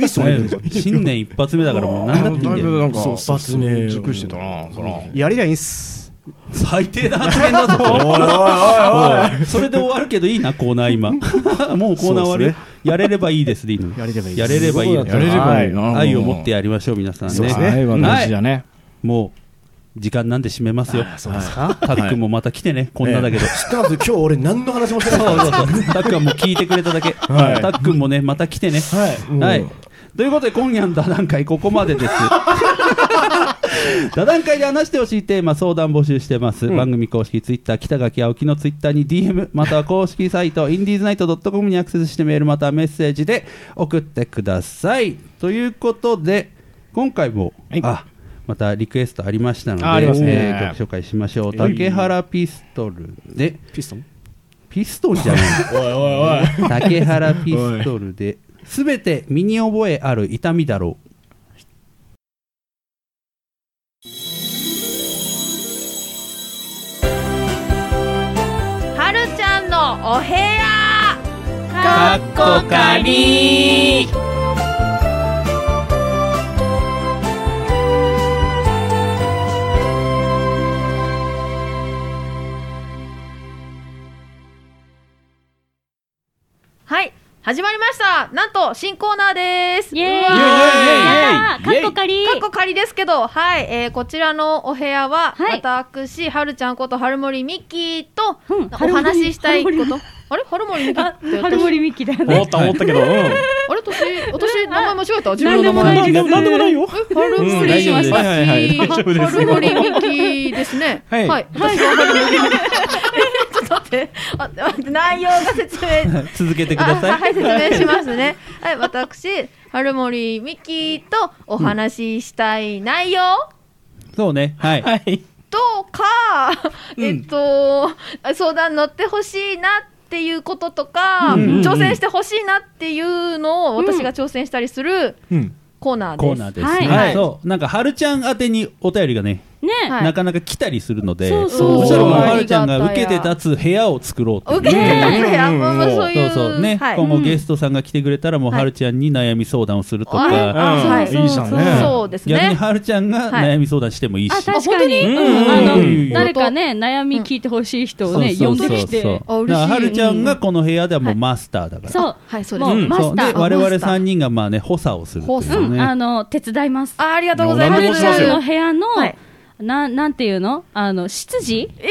Speaker 8: えそう
Speaker 5: ね 新年一発目だか らもう何だっていいんだよ
Speaker 4: なんか
Speaker 9: そうそうそう
Speaker 4: 熟してたなそら
Speaker 8: やりりゃいいんす
Speaker 5: 最低な発言だ ぞそれで終わるけどいいなコーナー今 もうコーナー終わるよやれればいいですでいいの
Speaker 8: やれればいい
Speaker 5: やれればいいの
Speaker 4: やれればいいな
Speaker 5: 愛 を持ってやりましょう皆さんね
Speaker 4: そうですね愛は大事だね
Speaker 5: もう時間なんで締めますよ
Speaker 8: そうですか
Speaker 5: たっくんもまた来てねこんなだけど
Speaker 9: 知ってます今日俺何の話もしてない。
Speaker 5: たっくんはもう聞いてくれただけ
Speaker 4: はい
Speaker 5: たっくんもねまた来てね
Speaker 9: はいもう
Speaker 5: はい。ということで、今夜の座談会、ここまでです。座談会で話してほしいテーマ、相談募集してます。番組公式ツイッター、北垣青木のツイッターに DM、または公式サイト、インディーズナイト .com にアクセスしてメール、またはメッセージで送ってください。ということで、今回も、
Speaker 4: はい
Speaker 5: あまたリクエストありましたので、
Speaker 4: あありますね
Speaker 5: えーご紹介しましょう。竹原ピストルで、
Speaker 8: ピストン
Speaker 5: ピストルじゃない。竹原ピストルで、すべて身に覚えある痛みだろう。
Speaker 2: はるちゃんのお部屋
Speaker 5: かっこかり
Speaker 2: はい始まりましたなんと新コーナーです
Speaker 3: イエーイ
Speaker 2: うわ
Speaker 3: やったー
Speaker 5: イエーイ
Speaker 3: かっこかり
Speaker 2: かっこ仮ですけど、はい、えーこちらのお部屋は、
Speaker 3: はい
Speaker 2: 私、はるちゃんこと、はるもりみきと、
Speaker 3: うん
Speaker 2: お話ししたいこ
Speaker 3: はるも
Speaker 2: と
Speaker 3: り。
Speaker 2: あれはるもりみきっ
Speaker 3: あ
Speaker 2: て私、
Speaker 3: 春森美樹だよ
Speaker 4: 思
Speaker 3: ね
Speaker 4: った思ったけどうん
Speaker 2: あれ私、 私、名前間違えた自
Speaker 3: なん
Speaker 2: 分
Speaker 3: で
Speaker 2: の
Speaker 3: も
Speaker 2: 名
Speaker 3: な
Speaker 2: 前。
Speaker 3: いです
Speaker 4: なんでもないよ
Speaker 2: えはるも
Speaker 4: うん大
Speaker 2: り
Speaker 4: 丈夫
Speaker 2: み
Speaker 4: です
Speaker 2: き。
Speaker 4: はいはいはい大丈夫です
Speaker 2: はるもりみきですね。
Speaker 4: はい
Speaker 2: 私ははるもりみき。えちょっと待って、あ待って内容が説明。
Speaker 5: 続けてくださ。
Speaker 2: あはいい、説明しますね。はい、私、春森美希とお話ししたい内容
Speaker 5: そうね。はい。
Speaker 4: はい
Speaker 2: とか、えっと、相談乗ってほしいなっていうこととか、挑戦してほしいなっていうのを私が挑戦したりする
Speaker 4: うん
Speaker 2: コーナーです。
Speaker 5: コーナーです
Speaker 3: はい
Speaker 5: ね。
Speaker 3: はい
Speaker 5: そう。なんか、はるちゃん宛てにお便りがね、
Speaker 3: ね
Speaker 2: はい
Speaker 5: なかなか来たりするので、
Speaker 3: そうそう
Speaker 5: したらもう、
Speaker 4: ありがた
Speaker 5: はいるちゃんが受けて立つ部屋を作ろうっていう
Speaker 2: 受けて立つやん、もうそうい。
Speaker 5: そううそうね、
Speaker 2: はい
Speaker 5: 今後ゲストさんが来てくれたらもう
Speaker 2: はい
Speaker 5: はるちゃんに悩み相談をするとか、
Speaker 2: あ
Speaker 4: うん
Speaker 2: はい
Speaker 4: いいじゃんね
Speaker 2: そうです
Speaker 5: 逆に
Speaker 2: ね。
Speaker 5: はるちゃんが
Speaker 2: はい
Speaker 5: 悩み相談してもいいし、
Speaker 3: あ確かにうん
Speaker 4: うん
Speaker 3: あの
Speaker 5: うん
Speaker 3: 誰かね悩み聞いてほしい人をね呼んできて
Speaker 5: そう
Speaker 2: あ嬉しい
Speaker 5: だからはるちゃんがこの部屋ではもうマスターだから、
Speaker 3: そう
Speaker 2: はい、そうで
Speaker 3: も
Speaker 2: す
Speaker 3: う
Speaker 5: うん
Speaker 3: マスタ
Speaker 5: そうで
Speaker 3: ー
Speaker 5: 我
Speaker 2: マ
Speaker 5: 々
Speaker 2: スター
Speaker 5: 三人がまあね補佐をするっていう
Speaker 2: 補
Speaker 3: うん
Speaker 5: ね
Speaker 3: あの手伝います
Speaker 2: あありがとうございま
Speaker 4: 何
Speaker 2: す。
Speaker 4: でもしますよ
Speaker 3: の部屋の
Speaker 2: はい
Speaker 3: ななんていうのあの執事
Speaker 2: ええ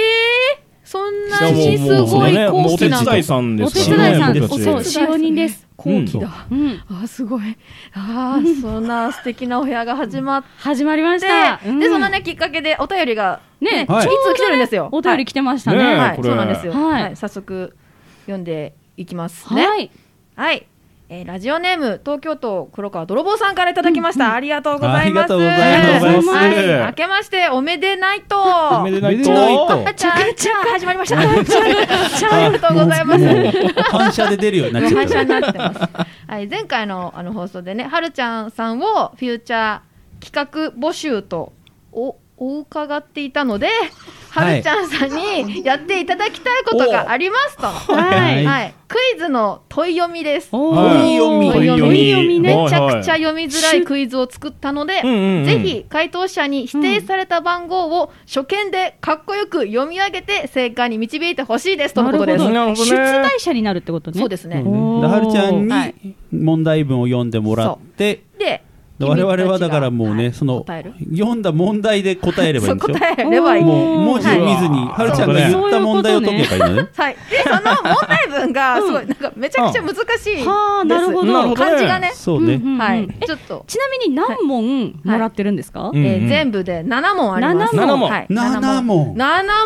Speaker 2: そんなにすごい
Speaker 4: も
Speaker 2: 高
Speaker 4: う
Speaker 2: 貴
Speaker 4: お手
Speaker 2: な
Speaker 4: 伝いさんで
Speaker 3: お
Speaker 4: す
Speaker 3: 手
Speaker 4: から
Speaker 3: 伝いさん
Speaker 4: ね
Speaker 3: お
Speaker 4: 僕
Speaker 3: そう
Speaker 4: たち
Speaker 3: 使用人です
Speaker 2: 高貴だ、
Speaker 3: うん
Speaker 2: あすごいあーそんな素敵なお部屋が始まっ
Speaker 3: 始まりましてたうん
Speaker 2: でそのねきっかけでお便りがね
Speaker 3: ね
Speaker 5: はい
Speaker 2: いつ来てるんですよ
Speaker 3: お便り来てました
Speaker 4: ね
Speaker 3: ね
Speaker 2: はい、は
Speaker 4: ね
Speaker 2: い
Speaker 4: これ
Speaker 2: そうなんですよ
Speaker 3: は
Speaker 2: はいい、早速読んでいきますね
Speaker 3: はい
Speaker 2: はい、えーラジオネーム東京都黒川泥棒さんからいただきました、ありがとうございます
Speaker 5: ありがとうござ
Speaker 4: います
Speaker 2: はい、明けましておめでないと
Speaker 4: おめでない
Speaker 5: おめでないと
Speaker 4: と
Speaker 2: ちゃんちゃん始まりました。ありがとうございます。
Speaker 5: 反射で出るようになっちゃ
Speaker 2: 会
Speaker 5: っ
Speaker 2: 社
Speaker 5: た
Speaker 2: になってます。はい、前回のあの放送でね、はるちゃんさんをフューチャー企画募集とおお伺っていたので、
Speaker 5: はい
Speaker 2: はるちゃんさんにやっていただきたいことがありますと。
Speaker 5: は
Speaker 2: はいい、はい、クイズの問い読みです。
Speaker 3: お
Speaker 4: はい
Speaker 3: ー
Speaker 5: 問い読み
Speaker 3: 問い読みね
Speaker 4: は
Speaker 2: め
Speaker 4: い
Speaker 2: ちゃくちゃ読みづらいクイズを作ったので、
Speaker 4: うんうんうん
Speaker 2: ぜひ回答者に指定された番号を初見でかっこよく読み上げて正解に導いてほしいですとのことです。
Speaker 4: なるほど
Speaker 3: 出
Speaker 4: ね
Speaker 3: 題者になるってことね
Speaker 2: そうですね。
Speaker 3: おー
Speaker 5: ではるちゃん
Speaker 2: は
Speaker 5: に問題文を読んでもらって
Speaker 2: で、
Speaker 5: で我々はだからもう
Speaker 2: 君
Speaker 5: ね
Speaker 2: たちが
Speaker 5: その
Speaker 2: 答える
Speaker 5: 読んだ問題で答えればいい
Speaker 2: そ
Speaker 5: ん
Speaker 2: う
Speaker 5: でしょ
Speaker 2: 答えればいい。
Speaker 3: も
Speaker 5: もう文字を見ずに
Speaker 4: はい
Speaker 5: はるちゃんが言った問題を解けばいいのね
Speaker 2: はい、でその問題文がすごいなんかめちゃくちゃ難しいです。
Speaker 3: はあなるほどなるほ
Speaker 4: どね
Speaker 2: 漢字がね、
Speaker 5: そうね、
Speaker 3: うんうんうん
Speaker 2: はい
Speaker 3: え、
Speaker 2: ちょっと、
Speaker 3: ちなみに何問もらってるんですか
Speaker 4: うん
Speaker 2: えー全部で7問あります。
Speaker 3: 7
Speaker 4: 問
Speaker 2: はい、
Speaker 5: 7
Speaker 2: 7
Speaker 5: 問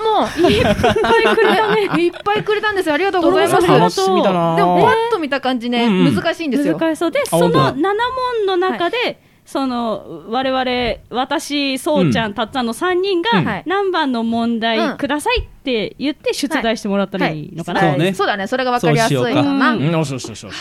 Speaker 2: 問。いっぱいくれたね。いっぱいくれたんですよ。ありがとうございます。
Speaker 3: どうもありが
Speaker 4: 楽
Speaker 3: とう
Speaker 4: しみだ
Speaker 2: でも
Speaker 4: な
Speaker 2: パッと見た感じね、
Speaker 4: うんうん
Speaker 2: 難しいんですよ。
Speaker 3: 難しそうで
Speaker 4: あ
Speaker 3: そ
Speaker 4: 本当だ
Speaker 3: の7問の中で、その我々私そうちゃん、たっつぁんの3人
Speaker 2: うんは
Speaker 3: が
Speaker 2: い
Speaker 3: 何番の問
Speaker 2: うん
Speaker 3: 題くださいって言って出題してもらったらいいのかな、
Speaker 2: はい
Speaker 5: そうね
Speaker 2: そうだね、それが分かりやすい
Speaker 5: そうし
Speaker 2: か
Speaker 5: ようか
Speaker 2: な。
Speaker 4: うんよしよしよしよし
Speaker 3: じ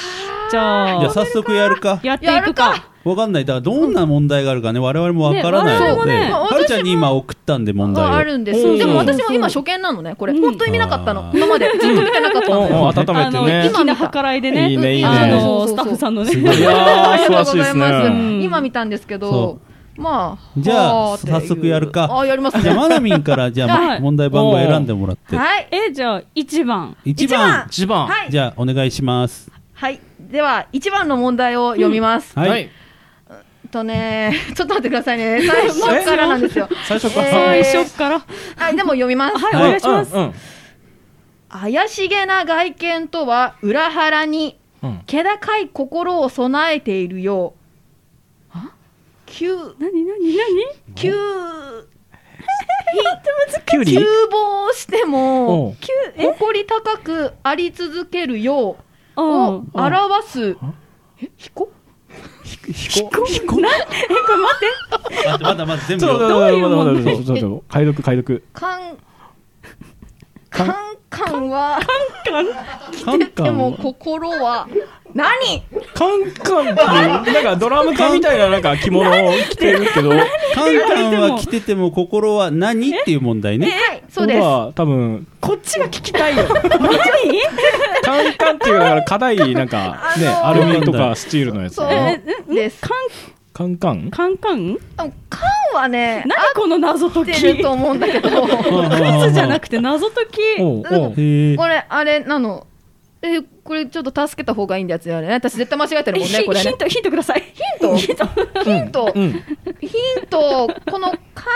Speaker 5: じ
Speaker 3: ゃ
Speaker 5: ゃあ
Speaker 3: あ
Speaker 5: 早速やるか。
Speaker 3: やっていく
Speaker 2: やる
Speaker 3: か
Speaker 5: わかんない。だからどんな問題があるかね、我々もわからないので、
Speaker 3: ね
Speaker 2: 我々もね
Speaker 5: はるちゃんに今送ったんで問題を。
Speaker 2: ああるんです
Speaker 4: うん
Speaker 2: でも私も今初見なのねこれ
Speaker 3: うん
Speaker 2: 本当に見なかったの
Speaker 5: あー
Speaker 2: 今までずっと見てなかった
Speaker 4: お
Speaker 2: の
Speaker 4: うおう
Speaker 2: よ
Speaker 4: 温
Speaker 3: あの
Speaker 4: めて
Speaker 3: 粋
Speaker 4: ね
Speaker 3: な計らいでね
Speaker 4: いいねいいね
Speaker 3: あ
Speaker 2: そうそうそ
Speaker 3: の
Speaker 2: う
Speaker 3: スタッフさんのね
Speaker 5: すごい
Speaker 4: いや
Speaker 2: あ
Speaker 4: ー
Speaker 2: り
Speaker 4: 素晴
Speaker 2: が
Speaker 4: ら
Speaker 2: と
Speaker 4: し
Speaker 2: うご
Speaker 4: いで
Speaker 2: ざい
Speaker 4: す
Speaker 2: ます、
Speaker 4: ね
Speaker 2: 今見たんですけど
Speaker 5: そ
Speaker 2: まあ
Speaker 5: じゃあ
Speaker 2: はーっていう
Speaker 5: 早速やるか
Speaker 2: あーやります
Speaker 5: じゃあ、
Speaker 2: ね
Speaker 5: まなみんから、じゃ
Speaker 3: は
Speaker 5: あ、
Speaker 3: い
Speaker 5: 問題番号選んでもらって。
Speaker 2: はい
Speaker 3: えじゃあ1番
Speaker 5: 1
Speaker 2: 1番
Speaker 5: 番。
Speaker 4: 一番
Speaker 2: はい
Speaker 5: じゃあ、お願いします。
Speaker 2: はいでは1番の問題を読みます、
Speaker 5: はい。
Speaker 2: とねちょっと待ってくださいね最初からなんですよ
Speaker 4: 最初から
Speaker 2: えー
Speaker 3: 最初からはい
Speaker 2: はいでも読みます
Speaker 3: お願いします、
Speaker 4: うんうん
Speaker 2: 怪しげな外見とは裏腹に
Speaker 4: うん
Speaker 2: 気高い心を備えているよう急
Speaker 3: 何何
Speaker 2: 急
Speaker 4: キュウリ
Speaker 2: 急防して
Speaker 4: お
Speaker 2: も
Speaker 4: う
Speaker 2: 誇り高くあり続けるよう
Speaker 3: 何う
Speaker 2: を
Speaker 3: ん
Speaker 2: 表すえ彦
Speaker 5: 待って、まだまだ全
Speaker 4: ち
Speaker 5: 部
Speaker 4: ょっ
Speaker 5: よ。
Speaker 4: と待って
Speaker 3: どういう問題
Speaker 4: 待って待って待ってちょっと解読解読
Speaker 2: カンカ ンカンは
Speaker 5: カン
Speaker 2: 来て
Speaker 5: カ
Speaker 2: て
Speaker 5: ン
Speaker 2: も
Speaker 5: は
Speaker 2: 心は何
Speaker 4: カンカンっていうなんかドラム缶みたいななんか着物を着てるけど
Speaker 5: カンカンは来てても心は何っていう問題ね。
Speaker 2: はいそうです
Speaker 4: ここは多分
Speaker 3: こっちが聞きたいよ
Speaker 4: カンカンっていうのは硬いなんかねア
Speaker 2: あ
Speaker 5: のー
Speaker 4: ルミとかスチールのやつ
Speaker 2: そう
Speaker 4: ね
Speaker 2: ですカ
Speaker 4: カンカン
Speaker 3: カンカン
Speaker 2: ンはね
Speaker 3: 何この謎解
Speaker 2: 合っ
Speaker 3: き
Speaker 2: てると思うんだ けど
Speaker 3: クイズじゃなくて謎解き
Speaker 4: おうおう
Speaker 5: へえ。
Speaker 2: これあれなのえこれちょっと助けた方がいいんだやつだよね私絶対間違えてるもん ね
Speaker 3: ひ
Speaker 2: これ
Speaker 3: ヒ
Speaker 2: ね
Speaker 3: ントヒントください
Speaker 2: ヒントヒント
Speaker 4: うん
Speaker 2: ヒントこのカン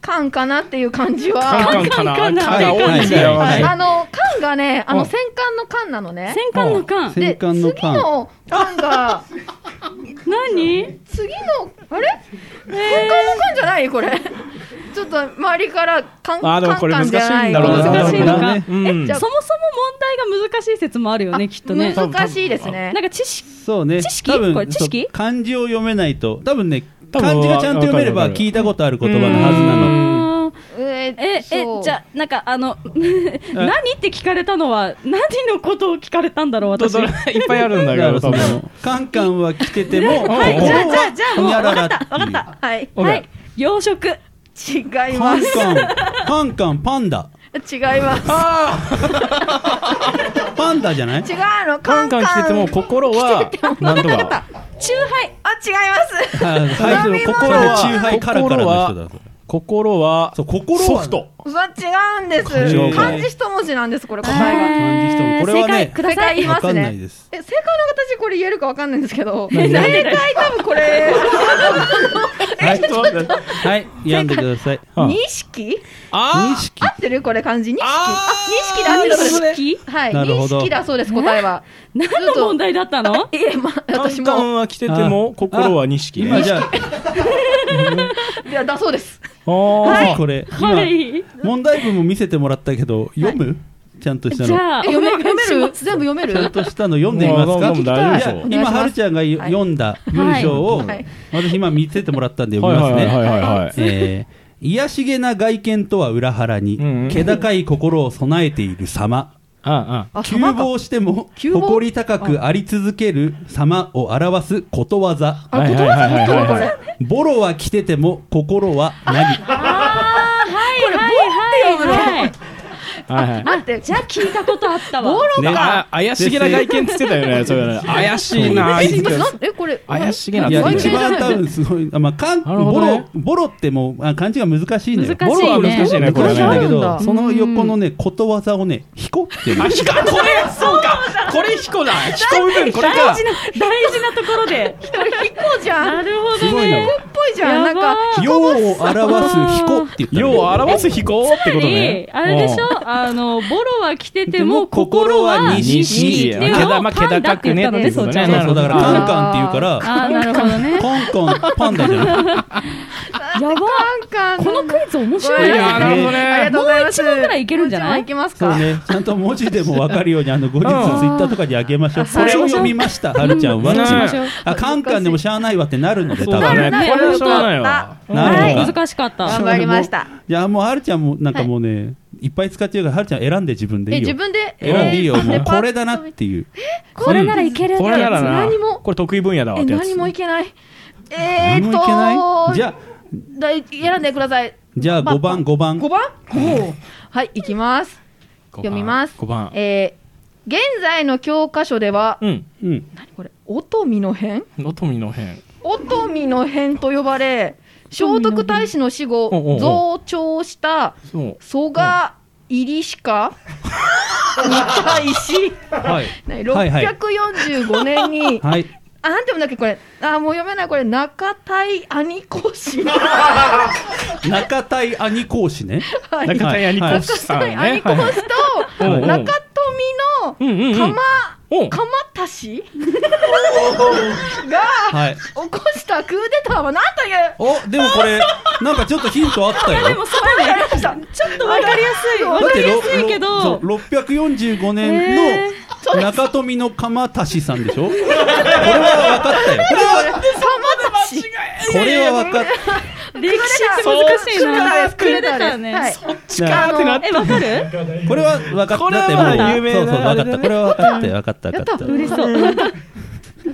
Speaker 2: カンかなっていう感じ
Speaker 4: カン
Speaker 2: は
Speaker 4: カンかな
Speaker 3: カンカ
Speaker 4: カ
Speaker 3: ン
Speaker 4: ン
Speaker 3: かな
Speaker 4: が多いんだよ
Speaker 5: はい
Speaker 2: あのカンがねあ
Speaker 4: う
Speaker 2: の
Speaker 4: ん
Speaker 2: 戦艦のカンなのね
Speaker 3: 戦艦の艦
Speaker 5: 戦艦のカ
Speaker 2: 次
Speaker 5: ン。
Speaker 2: のカンが
Speaker 3: 何
Speaker 2: 次のあれ戦艦のカンじゃないこれちょっと周りからカンカ
Speaker 4: あー
Speaker 2: ン
Speaker 4: でもこれ
Speaker 2: カンじゃない
Speaker 4: 難しいんだろう
Speaker 5: な
Speaker 3: 難しいの
Speaker 5: な
Speaker 3: か
Speaker 5: る
Speaker 4: う
Speaker 2: え
Speaker 4: ん
Speaker 2: じゃあ
Speaker 3: そもそも問題が難しい説もあるよねきっとね
Speaker 2: 難しいですね
Speaker 3: なんか知識
Speaker 5: そうね。
Speaker 3: 知識
Speaker 5: 多分
Speaker 3: これ知識
Speaker 5: そう漢字を読めないと。多分ね、
Speaker 4: 多分
Speaker 5: 漢字がちゃんと読めれ
Speaker 4: わかる
Speaker 5: ば
Speaker 4: わかる
Speaker 5: 聞いたことある言葉のはずなの。
Speaker 3: あー
Speaker 2: え
Speaker 3: ええ
Speaker 2: そう
Speaker 3: じゃあなんかあの何って聞かれたのは何のことを聞かれたんだろう
Speaker 4: ど
Speaker 3: 私
Speaker 4: どれいっぱいあるんだけ
Speaker 5: だか
Speaker 4: ど
Speaker 5: ら
Speaker 4: 多
Speaker 5: その
Speaker 4: 分、
Speaker 5: カンカンは来てても、
Speaker 4: はいじゃあ
Speaker 5: じゃあ、じゃあ、もう、わかった、わかった。
Speaker 2: はい
Speaker 4: オッケ
Speaker 3: 洋食
Speaker 2: 違い
Speaker 5: カ
Speaker 2: ま
Speaker 5: ン
Speaker 2: す
Speaker 5: カン、カンカン、パンダ。
Speaker 2: 違います
Speaker 5: パンダじゃない
Speaker 2: 違うの
Speaker 4: ーカンカンしてても心はなんとか
Speaker 3: チューハイ
Speaker 2: あ違い ます
Speaker 5: はい、はい、でも心は、
Speaker 4: それ
Speaker 5: 中杯カラカラの人だと。
Speaker 4: 心は
Speaker 5: そう、心は。
Speaker 4: ソフト
Speaker 2: うわ違うんです
Speaker 5: 漢字は
Speaker 2: 漢字一文字なんですこれ答えが
Speaker 5: 感じしてもこれはね
Speaker 3: 正解ください
Speaker 2: 正解言いますね
Speaker 5: わかんないです。
Speaker 2: え正解の私これ言えるかわかんないんですけど
Speaker 5: 何
Speaker 2: 正解多分これ
Speaker 5: はい、はい、読んでください。
Speaker 4: うん
Speaker 2: 錦
Speaker 5: 認識。
Speaker 2: 合ってるこれ漢字錦あ錦で合ってるそうで
Speaker 3: 知識
Speaker 2: すはい
Speaker 5: なるほど
Speaker 2: 錦だそうです答えは
Speaker 3: 何の問題だったの
Speaker 2: いえまあ
Speaker 4: カ
Speaker 2: 私
Speaker 4: ンカン
Speaker 2: も
Speaker 4: は着てても心は錦ね
Speaker 5: 今じゃあ、
Speaker 2: いやだそうです
Speaker 4: あー
Speaker 5: これ、
Speaker 3: は
Speaker 5: 今、
Speaker 3: い
Speaker 5: 問題文も見せてもらったけど、読むちゃんとした
Speaker 3: じ
Speaker 5: の。
Speaker 3: ゃあ
Speaker 2: え読め
Speaker 3: お願
Speaker 2: 読
Speaker 3: いしま
Speaker 2: める
Speaker 3: す
Speaker 2: 全部読め
Speaker 5: ちゃん
Speaker 2: る
Speaker 5: としたの読んでみます
Speaker 4: まあ
Speaker 5: か
Speaker 4: まあまあ大丈夫でしょう
Speaker 5: じゃあ今、はるちゃんが読んだ文章を、私今見せてもらったんで
Speaker 4: は
Speaker 5: 読
Speaker 4: い
Speaker 5: み
Speaker 4: は
Speaker 5: ま
Speaker 4: い
Speaker 5: す
Speaker 4: はい
Speaker 5: ね。
Speaker 4: はいはい
Speaker 5: えー、癒しげな外見とは裏腹に、
Speaker 4: うんうん
Speaker 5: 気高い心を備えている様
Speaker 4: あ
Speaker 2: あ
Speaker 5: 急
Speaker 2: 様か
Speaker 5: 防しても
Speaker 2: 急防
Speaker 5: 誇り高くあり続ける様を表すことわざ
Speaker 4: あはいはいはいはいはいはい
Speaker 5: ボロは着てても心は何
Speaker 3: あーはいはいはいはい
Speaker 4: はいはい
Speaker 2: 待って
Speaker 3: じゃあ聞いたことあったわ
Speaker 2: ボロ
Speaker 4: ね、
Speaker 2: か
Speaker 4: あ怪しげな外見っつってたよね、それね怪しいな、あいつ
Speaker 2: 今なんえこれ
Speaker 4: 怪しげない
Speaker 5: や
Speaker 2: 外見
Speaker 5: 一
Speaker 2: じゃ
Speaker 5: 番
Speaker 2: ない
Speaker 5: 多分すごいあまあかん
Speaker 4: なるほど
Speaker 5: ボ
Speaker 4: ね
Speaker 5: ロボロってもうあ漢字が難しいんだよ
Speaker 3: 難しいね
Speaker 4: 難しいね、こ
Speaker 5: 難
Speaker 4: れ
Speaker 5: しいんだけ
Speaker 4: ね。
Speaker 5: どその横のねことわざをねひこってる
Speaker 4: あ、ひこ、これ、そうか、これひこだ、ひこ部分、これ
Speaker 3: 大
Speaker 4: か
Speaker 3: 事。な大事なところで
Speaker 2: これヒコじゃん
Speaker 3: なるほ
Speaker 4: す
Speaker 3: ど
Speaker 4: ごい
Speaker 3: ね
Speaker 4: な。
Speaker 2: っぽいじゃんな
Speaker 3: やば
Speaker 2: んか
Speaker 5: 用を表すひこって言った
Speaker 4: 世を
Speaker 5: 表
Speaker 4: 表すひこってことね。
Speaker 3: あれでしょあのボロは着てても
Speaker 5: でも心
Speaker 3: 心
Speaker 5: は
Speaker 3: は
Speaker 4: うん。
Speaker 5: 西
Speaker 4: 西、
Speaker 3: でも
Speaker 4: だま
Speaker 3: パンダって言ったのね
Speaker 4: 気高
Speaker 3: そ
Speaker 4: く
Speaker 3: う
Speaker 5: そうそうだからカンカンっていうから
Speaker 3: あーなるほどね
Speaker 5: カンカンパンダじゃない
Speaker 2: あ
Speaker 3: やば
Speaker 2: なんか
Speaker 3: このクイズ面
Speaker 2: ごめ
Speaker 3: 白
Speaker 2: んな
Speaker 3: い
Speaker 2: さ
Speaker 3: ね
Speaker 2: い
Speaker 6: やなるほどね
Speaker 2: ありがとうございます。
Speaker 3: もう一問ぐらいいけるんじゃない
Speaker 2: もう一問いきます
Speaker 5: そう
Speaker 2: か。
Speaker 5: ね、ちゃんと文字でも分かるように、あの後日、ツイ
Speaker 6: うん
Speaker 5: ッターとかにあげましょう。
Speaker 2: あ
Speaker 5: これを読みました、はるちゃんは。
Speaker 6: うん
Speaker 5: っていう
Speaker 6: ね
Speaker 3: ましょう
Speaker 5: あ、カンカンでもしゃあないわってなるので、
Speaker 6: そうだね。これはしょうがないわ。
Speaker 5: 多分なるのが。
Speaker 3: 難しかった
Speaker 2: 頑張りました。
Speaker 5: いや、もうはるちゃんも、なんかもうね、いっぱい使ってるから、はるちゃん選んで自分で
Speaker 2: え
Speaker 5: いい
Speaker 2: 自
Speaker 5: よ。
Speaker 2: 分で
Speaker 5: 選んでいいよ、
Speaker 2: えー
Speaker 5: もう
Speaker 2: レパートリー
Speaker 5: これだなっていう。
Speaker 3: これならいける
Speaker 6: これならな
Speaker 2: 何も、
Speaker 6: これ得意分野だわ
Speaker 2: え
Speaker 6: ってやつ。
Speaker 2: 何もいけない。えーっ
Speaker 5: 何もいけな
Speaker 2: と
Speaker 5: いじゃあ、
Speaker 2: だい選んでください。
Speaker 5: じゃあ
Speaker 2: ま
Speaker 5: 5番、5番。
Speaker 2: 五番？おお。はい行きます。読みます。
Speaker 6: 5番。
Speaker 2: えー現在の教科書では
Speaker 6: うん。
Speaker 5: うん。
Speaker 2: これ乙女の変？
Speaker 6: のとみの辺。
Speaker 2: 乙女の変と呼ばれ聖徳太子の死
Speaker 6: おうおう
Speaker 2: 後
Speaker 6: おう
Speaker 2: 増長した
Speaker 6: そう。
Speaker 2: 蘇我入りしかに対 し
Speaker 5: はい。
Speaker 2: ね
Speaker 5: はいはい
Speaker 2: 645年に
Speaker 5: はい。
Speaker 2: あなんて読むんだっけこれあもう読めないこれ中対兄子氏
Speaker 5: 中田井兄講師ね。
Speaker 2: はい
Speaker 6: 中谷兄子さん
Speaker 2: 中
Speaker 6: ね。
Speaker 2: 田兄子氏と
Speaker 6: はいはい
Speaker 2: 中
Speaker 6: うんうんう
Speaker 2: 富
Speaker 6: ん
Speaker 2: の鎌
Speaker 6: お
Speaker 2: 鎌田氏が
Speaker 5: はい。
Speaker 2: 起こしたクーデターは何という
Speaker 5: お、でもこれ、なんかちょっとヒントあっ たよ。
Speaker 2: そうやりましたちょっとわかりやすいわ
Speaker 5: だってろ
Speaker 3: りやすいけど
Speaker 5: ろそう645年の中富の鎌田氏さん でしょこれは分かったよこれは
Speaker 2: 鎌田氏
Speaker 5: これは分かっ
Speaker 3: 歴史って難しいな
Speaker 2: クーデターです
Speaker 3: ね、
Speaker 2: はい
Speaker 5: た
Speaker 6: ってなっ
Speaker 3: えわかる
Speaker 5: これは分かった
Speaker 6: これは
Speaker 5: だってもう
Speaker 6: 有名な
Speaker 5: そうそう
Speaker 6: あ
Speaker 5: 分か
Speaker 6: れだ
Speaker 5: っ
Speaker 6: ね
Speaker 5: たこれは分かったよ分かった分かった
Speaker 3: 嬉しそう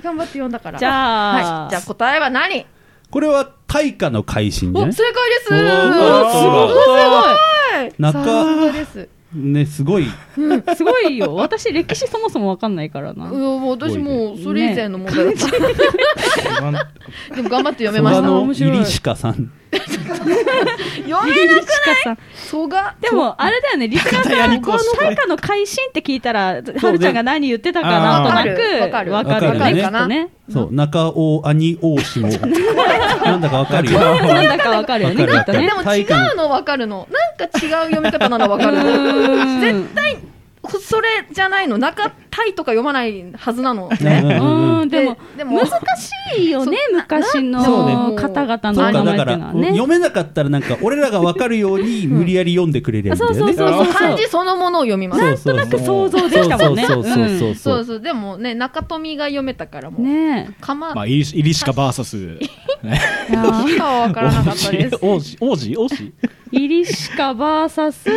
Speaker 2: 頑張って読んだから
Speaker 3: じゃあ、
Speaker 2: はい、じゃあ答えは何
Speaker 5: これは大化の改新
Speaker 2: お
Speaker 5: ね
Speaker 2: 正解です
Speaker 5: おーすごい
Speaker 2: すごい
Speaker 5: 中
Speaker 2: さすがです
Speaker 5: ねすごい
Speaker 3: すごいよ私歴史そもそもわかんないからな
Speaker 2: うわもう私もうそれ以前の問題だった、でも頑張って読めま
Speaker 5: あ
Speaker 2: した
Speaker 5: の
Speaker 3: 面白い
Speaker 5: 入鹿さん
Speaker 2: 読めなく
Speaker 3: さん
Speaker 2: 蘇我
Speaker 3: でもあれだよねリスナーさんこの大化の改新って聞いたらはるちゃんが何言ってたかなんとなく
Speaker 2: わかる
Speaker 3: わか
Speaker 5: わ
Speaker 3: る
Speaker 5: かる
Speaker 3: ねきっとね
Speaker 5: そう中尾兄王氏 もなんだか分かるよ
Speaker 3: なんだかわかるよね
Speaker 5: わ
Speaker 3: き
Speaker 5: かる
Speaker 3: っとね
Speaker 2: でも違うの分かるのなんか違う読み方なの分かるの絶対それじゃないの中タイとか読まないはずなの
Speaker 5: うんう
Speaker 3: うん
Speaker 5: うん
Speaker 3: んでも
Speaker 2: でも
Speaker 3: 難しいよね昔の方々
Speaker 5: そう
Speaker 3: の名
Speaker 5: かだ
Speaker 3: 前っていう
Speaker 5: から
Speaker 3: のはね
Speaker 5: 読めなかったらなんか俺らが分かるように無理やり読んでくれりゃいいんだよね
Speaker 3: そうそうそう
Speaker 2: 漢字そのものを読みます
Speaker 5: んとな
Speaker 3: く想像できたもんね
Speaker 5: そうそうそうそう
Speaker 2: そ
Speaker 5: そうう。
Speaker 2: そうでもね中富が読めたからもう、
Speaker 3: ね
Speaker 2: かま
Speaker 4: まあ、イリシイリシカバーサス。
Speaker 3: えいやー
Speaker 2: しかは分からなかった です
Speaker 4: 王子、王子、王子。
Speaker 3: イリシカバーサ ス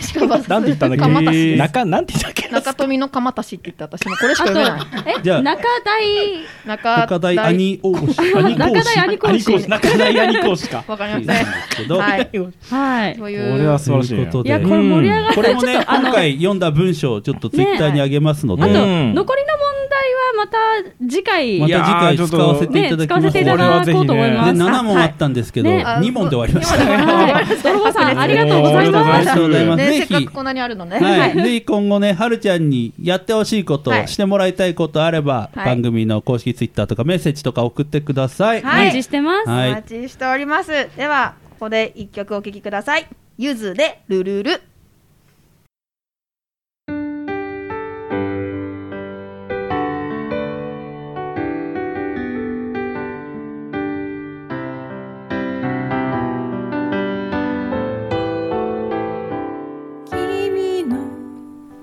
Speaker 2: しかも
Speaker 4: なんて言ったんだっけ
Speaker 2: 鎌田氏
Speaker 4: 中、なんて言ったっけ
Speaker 2: 中富の鎌田氏って言って私もこれしか
Speaker 3: あと
Speaker 2: 読めない
Speaker 5: じゃ
Speaker 3: え
Speaker 5: あ
Speaker 3: 中台
Speaker 2: 中
Speaker 5: 高台兄王子、兄
Speaker 3: 中
Speaker 5: 公
Speaker 3: 台兄
Speaker 4: 兄講
Speaker 3: 講
Speaker 4: 師。
Speaker 3: 師
Speaker 4: 中谷兄講師か。
Speaker 2: わかり
Speaker 5: 子
Speaker 2: ま
Speaker 5: い
Speaker 2: せ
Speaker 5: なんで
Speaker 2: ん
Speaker 5: すけ
Speaker 2: はい
Speaker 5: ど、
Speaker 3: はい
Speaker 2: と
Speaker 4: こ
Speaker 2: いう
Speaker 4: れは素
Speaker 5: と
Speaker 4: 晴らしい
Speaker 5: い
Speaker 4: ね
Speaker 5: うこと
Speaker 3: いや
Speaker 5: で
Speaker 3: これ盛り上がっ
Speaker 5: こ
Speaker 3: た
Speaker 5: れ
Speaker 3: よ
Speaker 5: も
Speaker 3: ちょ
Speaker 5: ね
Speaker 3: っとあの
Speaker 5: 今回読んだ文章をちょっとツイッターにあげますので、
Speaker 3: あと、
Speaker 4: うん
Speaker 3: 残りの問題はまた次回、
Speaker 5: ま
Speaker 4: いや
Speaker 5: た次回使わせてい
Speaker 3: ね
Speaker 5: ただ
Speaker 3: 使
Speaker 5: きま
Speaker 3: わ
Speaker 5: すの
Speaker 3: せて
Speaker 5: で、
Speaker 3: いただこうと思います。
Speaker 5: で7問あったんですけど、
Speaker 3: ね
Speaker 5: 二2問で終わりました。
Speaker 3: はい、泥棒さんありがとうございま
Speaker 5: あり
Speaker 3: す
Speaker 5: が。とうございます。
Speaker 2: ね、せ
Speaker 5: ぜ
Speaker 2: っか
Speaker 5: ひ
Speaker 2: くこんなにあるのね、
Speaker 5: はい、ぜひ今後ね、はるちゃんにやってほしいこと、
Speaker 2: はい
Speaker 5: してもらいたいことあれば、
Speaker 2: はい
Speaker 5: 番組の公式ツイッターとかメッセージとか送ってください。
Speaker 2: はい
Speaker 3: お待ちしてます。
Speaker 5: はい
Speaker 2: お待ちしておりますではここで一曲お聴きくださいゆずでルルル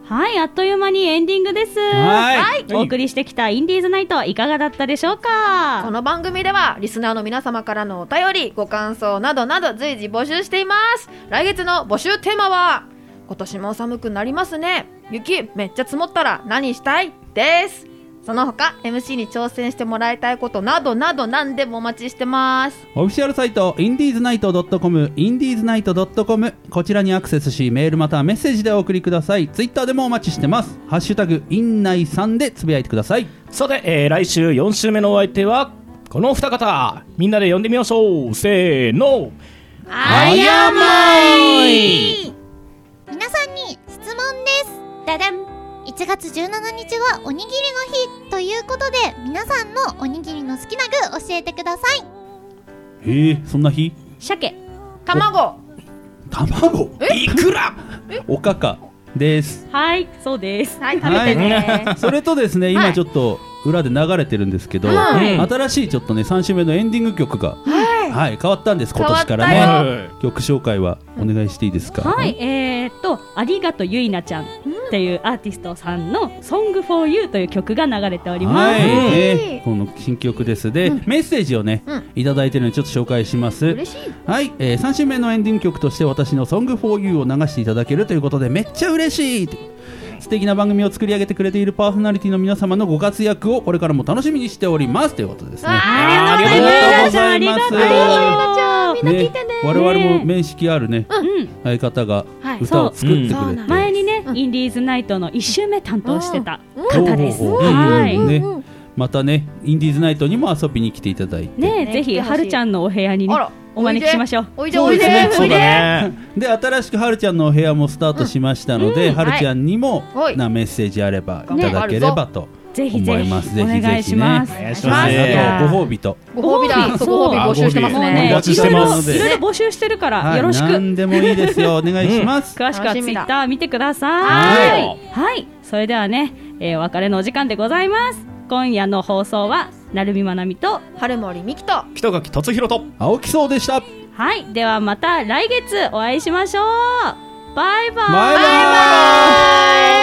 Speaker 3: はい、あっという間にエンディングです。
Speaker 5: はい
Speaker 3: お送りしてきたインディーズナイトいかがだったでしょう
Speaker 2: こ
Speaker 3: か。
Speaker 2: の番組ではリスナーの皆様からのお便りご感想などなど随時募集しています来月の募集テーマは今年も寒くなりますね雪めっちゃ積もったら何したいですその他 MC に挑戦してもらいたいことなどなど何でもお待ちしてます
Speaker 5: オフィシャルサイト、インディーズナイト .com、インディーズナイト .com、こちらにアクセスし、メールまたはメッセージでお送りください。ツイッターでもお待ちしてます。ハッシュタグ、インナイさんでつぶやいてください。
Speaker 4: さて、えー来週4週目のお相手は、このお二方。みんなで呼んでみましょう。せーの。
Speaker 2: あ
Speaker 4: やま
Speaker 7: 皆さんに質問ですだだん1月17日はおにぎりの日ということで皆さんのおにぎりの好きな具教えてください
Speaker 5: へえ、そんな日
Speaker 3: 鮭、
Speaker 2: 卵
Speaker 5: 卵
Speaker 4: いくら
Speaker 5: おかかです。
Speaker 3: はい、そうです。
Speaker 2: はい食べてね、
Speaker 5: それとですね、
Speaker 2: は
Speaker 5: 今
Speaker 2: い
Speaker 5: ちょっと裏で流れてるんですけど、
Speaker 2: はい
Speaker 5: 新しいちょっとね、3週目のエンディング曲がはい、変わったんです、今年から
Speaker 2: 変わ
Speaker 5: ね。
Speaker 2: っ
Speaker 6: はい
Speaker 5: 曲紹介はお願いしていいですか。
Speaker 3: はい、えーっと「ありがとうゆいなちゃん」っていうアーティストさんの「Song for You」という曲が流れております。
Speaker 5: はい、
Speaker 2: うん
Speaker 5: ね、この新曲です。で、メッセージをね、
Speaker 2: うん
Speaker 5: いただいてるので、ちょっと紹介します。
Speaker 2: 嬉しい
Speaker 5: はい、えー、3週目のエンディング曲として私の「Song for You」を流していただけるということでめっちゃ嬉しい素敵な番組を作り上げてくれているパーソナリティの皆様のご活躍をこれからも楽しみにしておりますということですね。
Speaker 2: あ
Speaker 5: り
Speaker 2: り
Speaker 5: が
Speaker 2: がと
Speaker 5: とう
Speaker 2: うご
Speaker 5: ござ
Speaker 2: ざ
Speaker 5: い
Speaker 2: い
Speaker 5: ま
Speaker 2: ますす
Speaker 5: ありがとうござ
Speaker 2: ありがとう
Speaker 5: います
Speaker 2: ゆいなちゃんみんな聞い
Speaker 5: ね
Speaker 2: てね、
Speaker 5: 我々も面識あるね
Speaker 3: うん
Speaker 5: 相方が
Speaker 2: はい
Speaker 5: 歌を作ってくれて、
Speaker 2: そうそうなんです
Speaker 3: 前にね、
Speaker 2: うん
Speaker 3: インディーズナイトの1周目担当してた
Speaker 5: うん
Speaker 3: 方です。
Speaker 5: おー
Speaker 3: はい。
Speaker 5: うん
Speaker 3: ね
Speaker 5: ね
Speaker 2: うんうん
Speaker 5: またねインディーズナイトにも遊びに来ていただいて、
Speaker 2: ね
Speaker 3: ぜ
Speaker 2: 来
Speaker 3: ひ、
Speaker 2: てほしい
Speaker 3: はるちゃんのお部屋にね
Speaker 2: あら、
Speaker 3: お招きしましょう。
Speaker 2: おいでおいでお
Speaker 4: そう
Speaker 2: いで
Speaker 4: だね。
Speaker 5: で新しくはるちゃんのお部屋もスタートしましたので、はるちゃんにも
Speaker 2: はい
Speaker 5: なメッセージあればい
Speaker 2: ね
Speaker 5: ただければと
Speaker 3: ぜひ
Speaker 5: 思
Speaker 3: ぜ
Speaker 5: い
Speaker 3: ひ、
Speaker 5: ま
Speaker 3: お
Speaker 5: す。ぜひぜひね
Speaker 3: 願いします。
Speaker 4: お願いし
Speaker 5: あ
Speaker 4: ます
Speaker 5: とご褒美と
Speaker 2: ご褒美だ
Speaker 3: そう
Speaker 2: ご褒美募集してます
Speaker 3: もう
Speaker 2: ね
Speaker 3: ね、
Speaker 4: お待ちしてます
Speaker 3: いろいろいろいろ募集してるから、
Speaker 5: はい
Speaker 3: よろしく。
Speaker 5: 何でもいいですよ。お願いします。
Speaker 3: 詳しくは
Speaker 2: 楽
Speaker 3: ツ
Speaker 2: し
Speaker 3: イ
Speaker 2: みだ
Speaker 3: ッター見てください。
Speaker 4: は
Speaker 3: はい、それではね、えーお別れのお時間でございます。今夜の放送は、なるみまなみと、
Speaker 2: 春森美希と
Speaker 6: 北垣達弘と
Speaker 5: 青木そうでした。
Speaker 3: はい、ではまた来月お会いしましょう。バイバイ。
Speaker 5: バイバ
Speaker 2: バイ
Speaker 5: イ
Speaker 2: バイ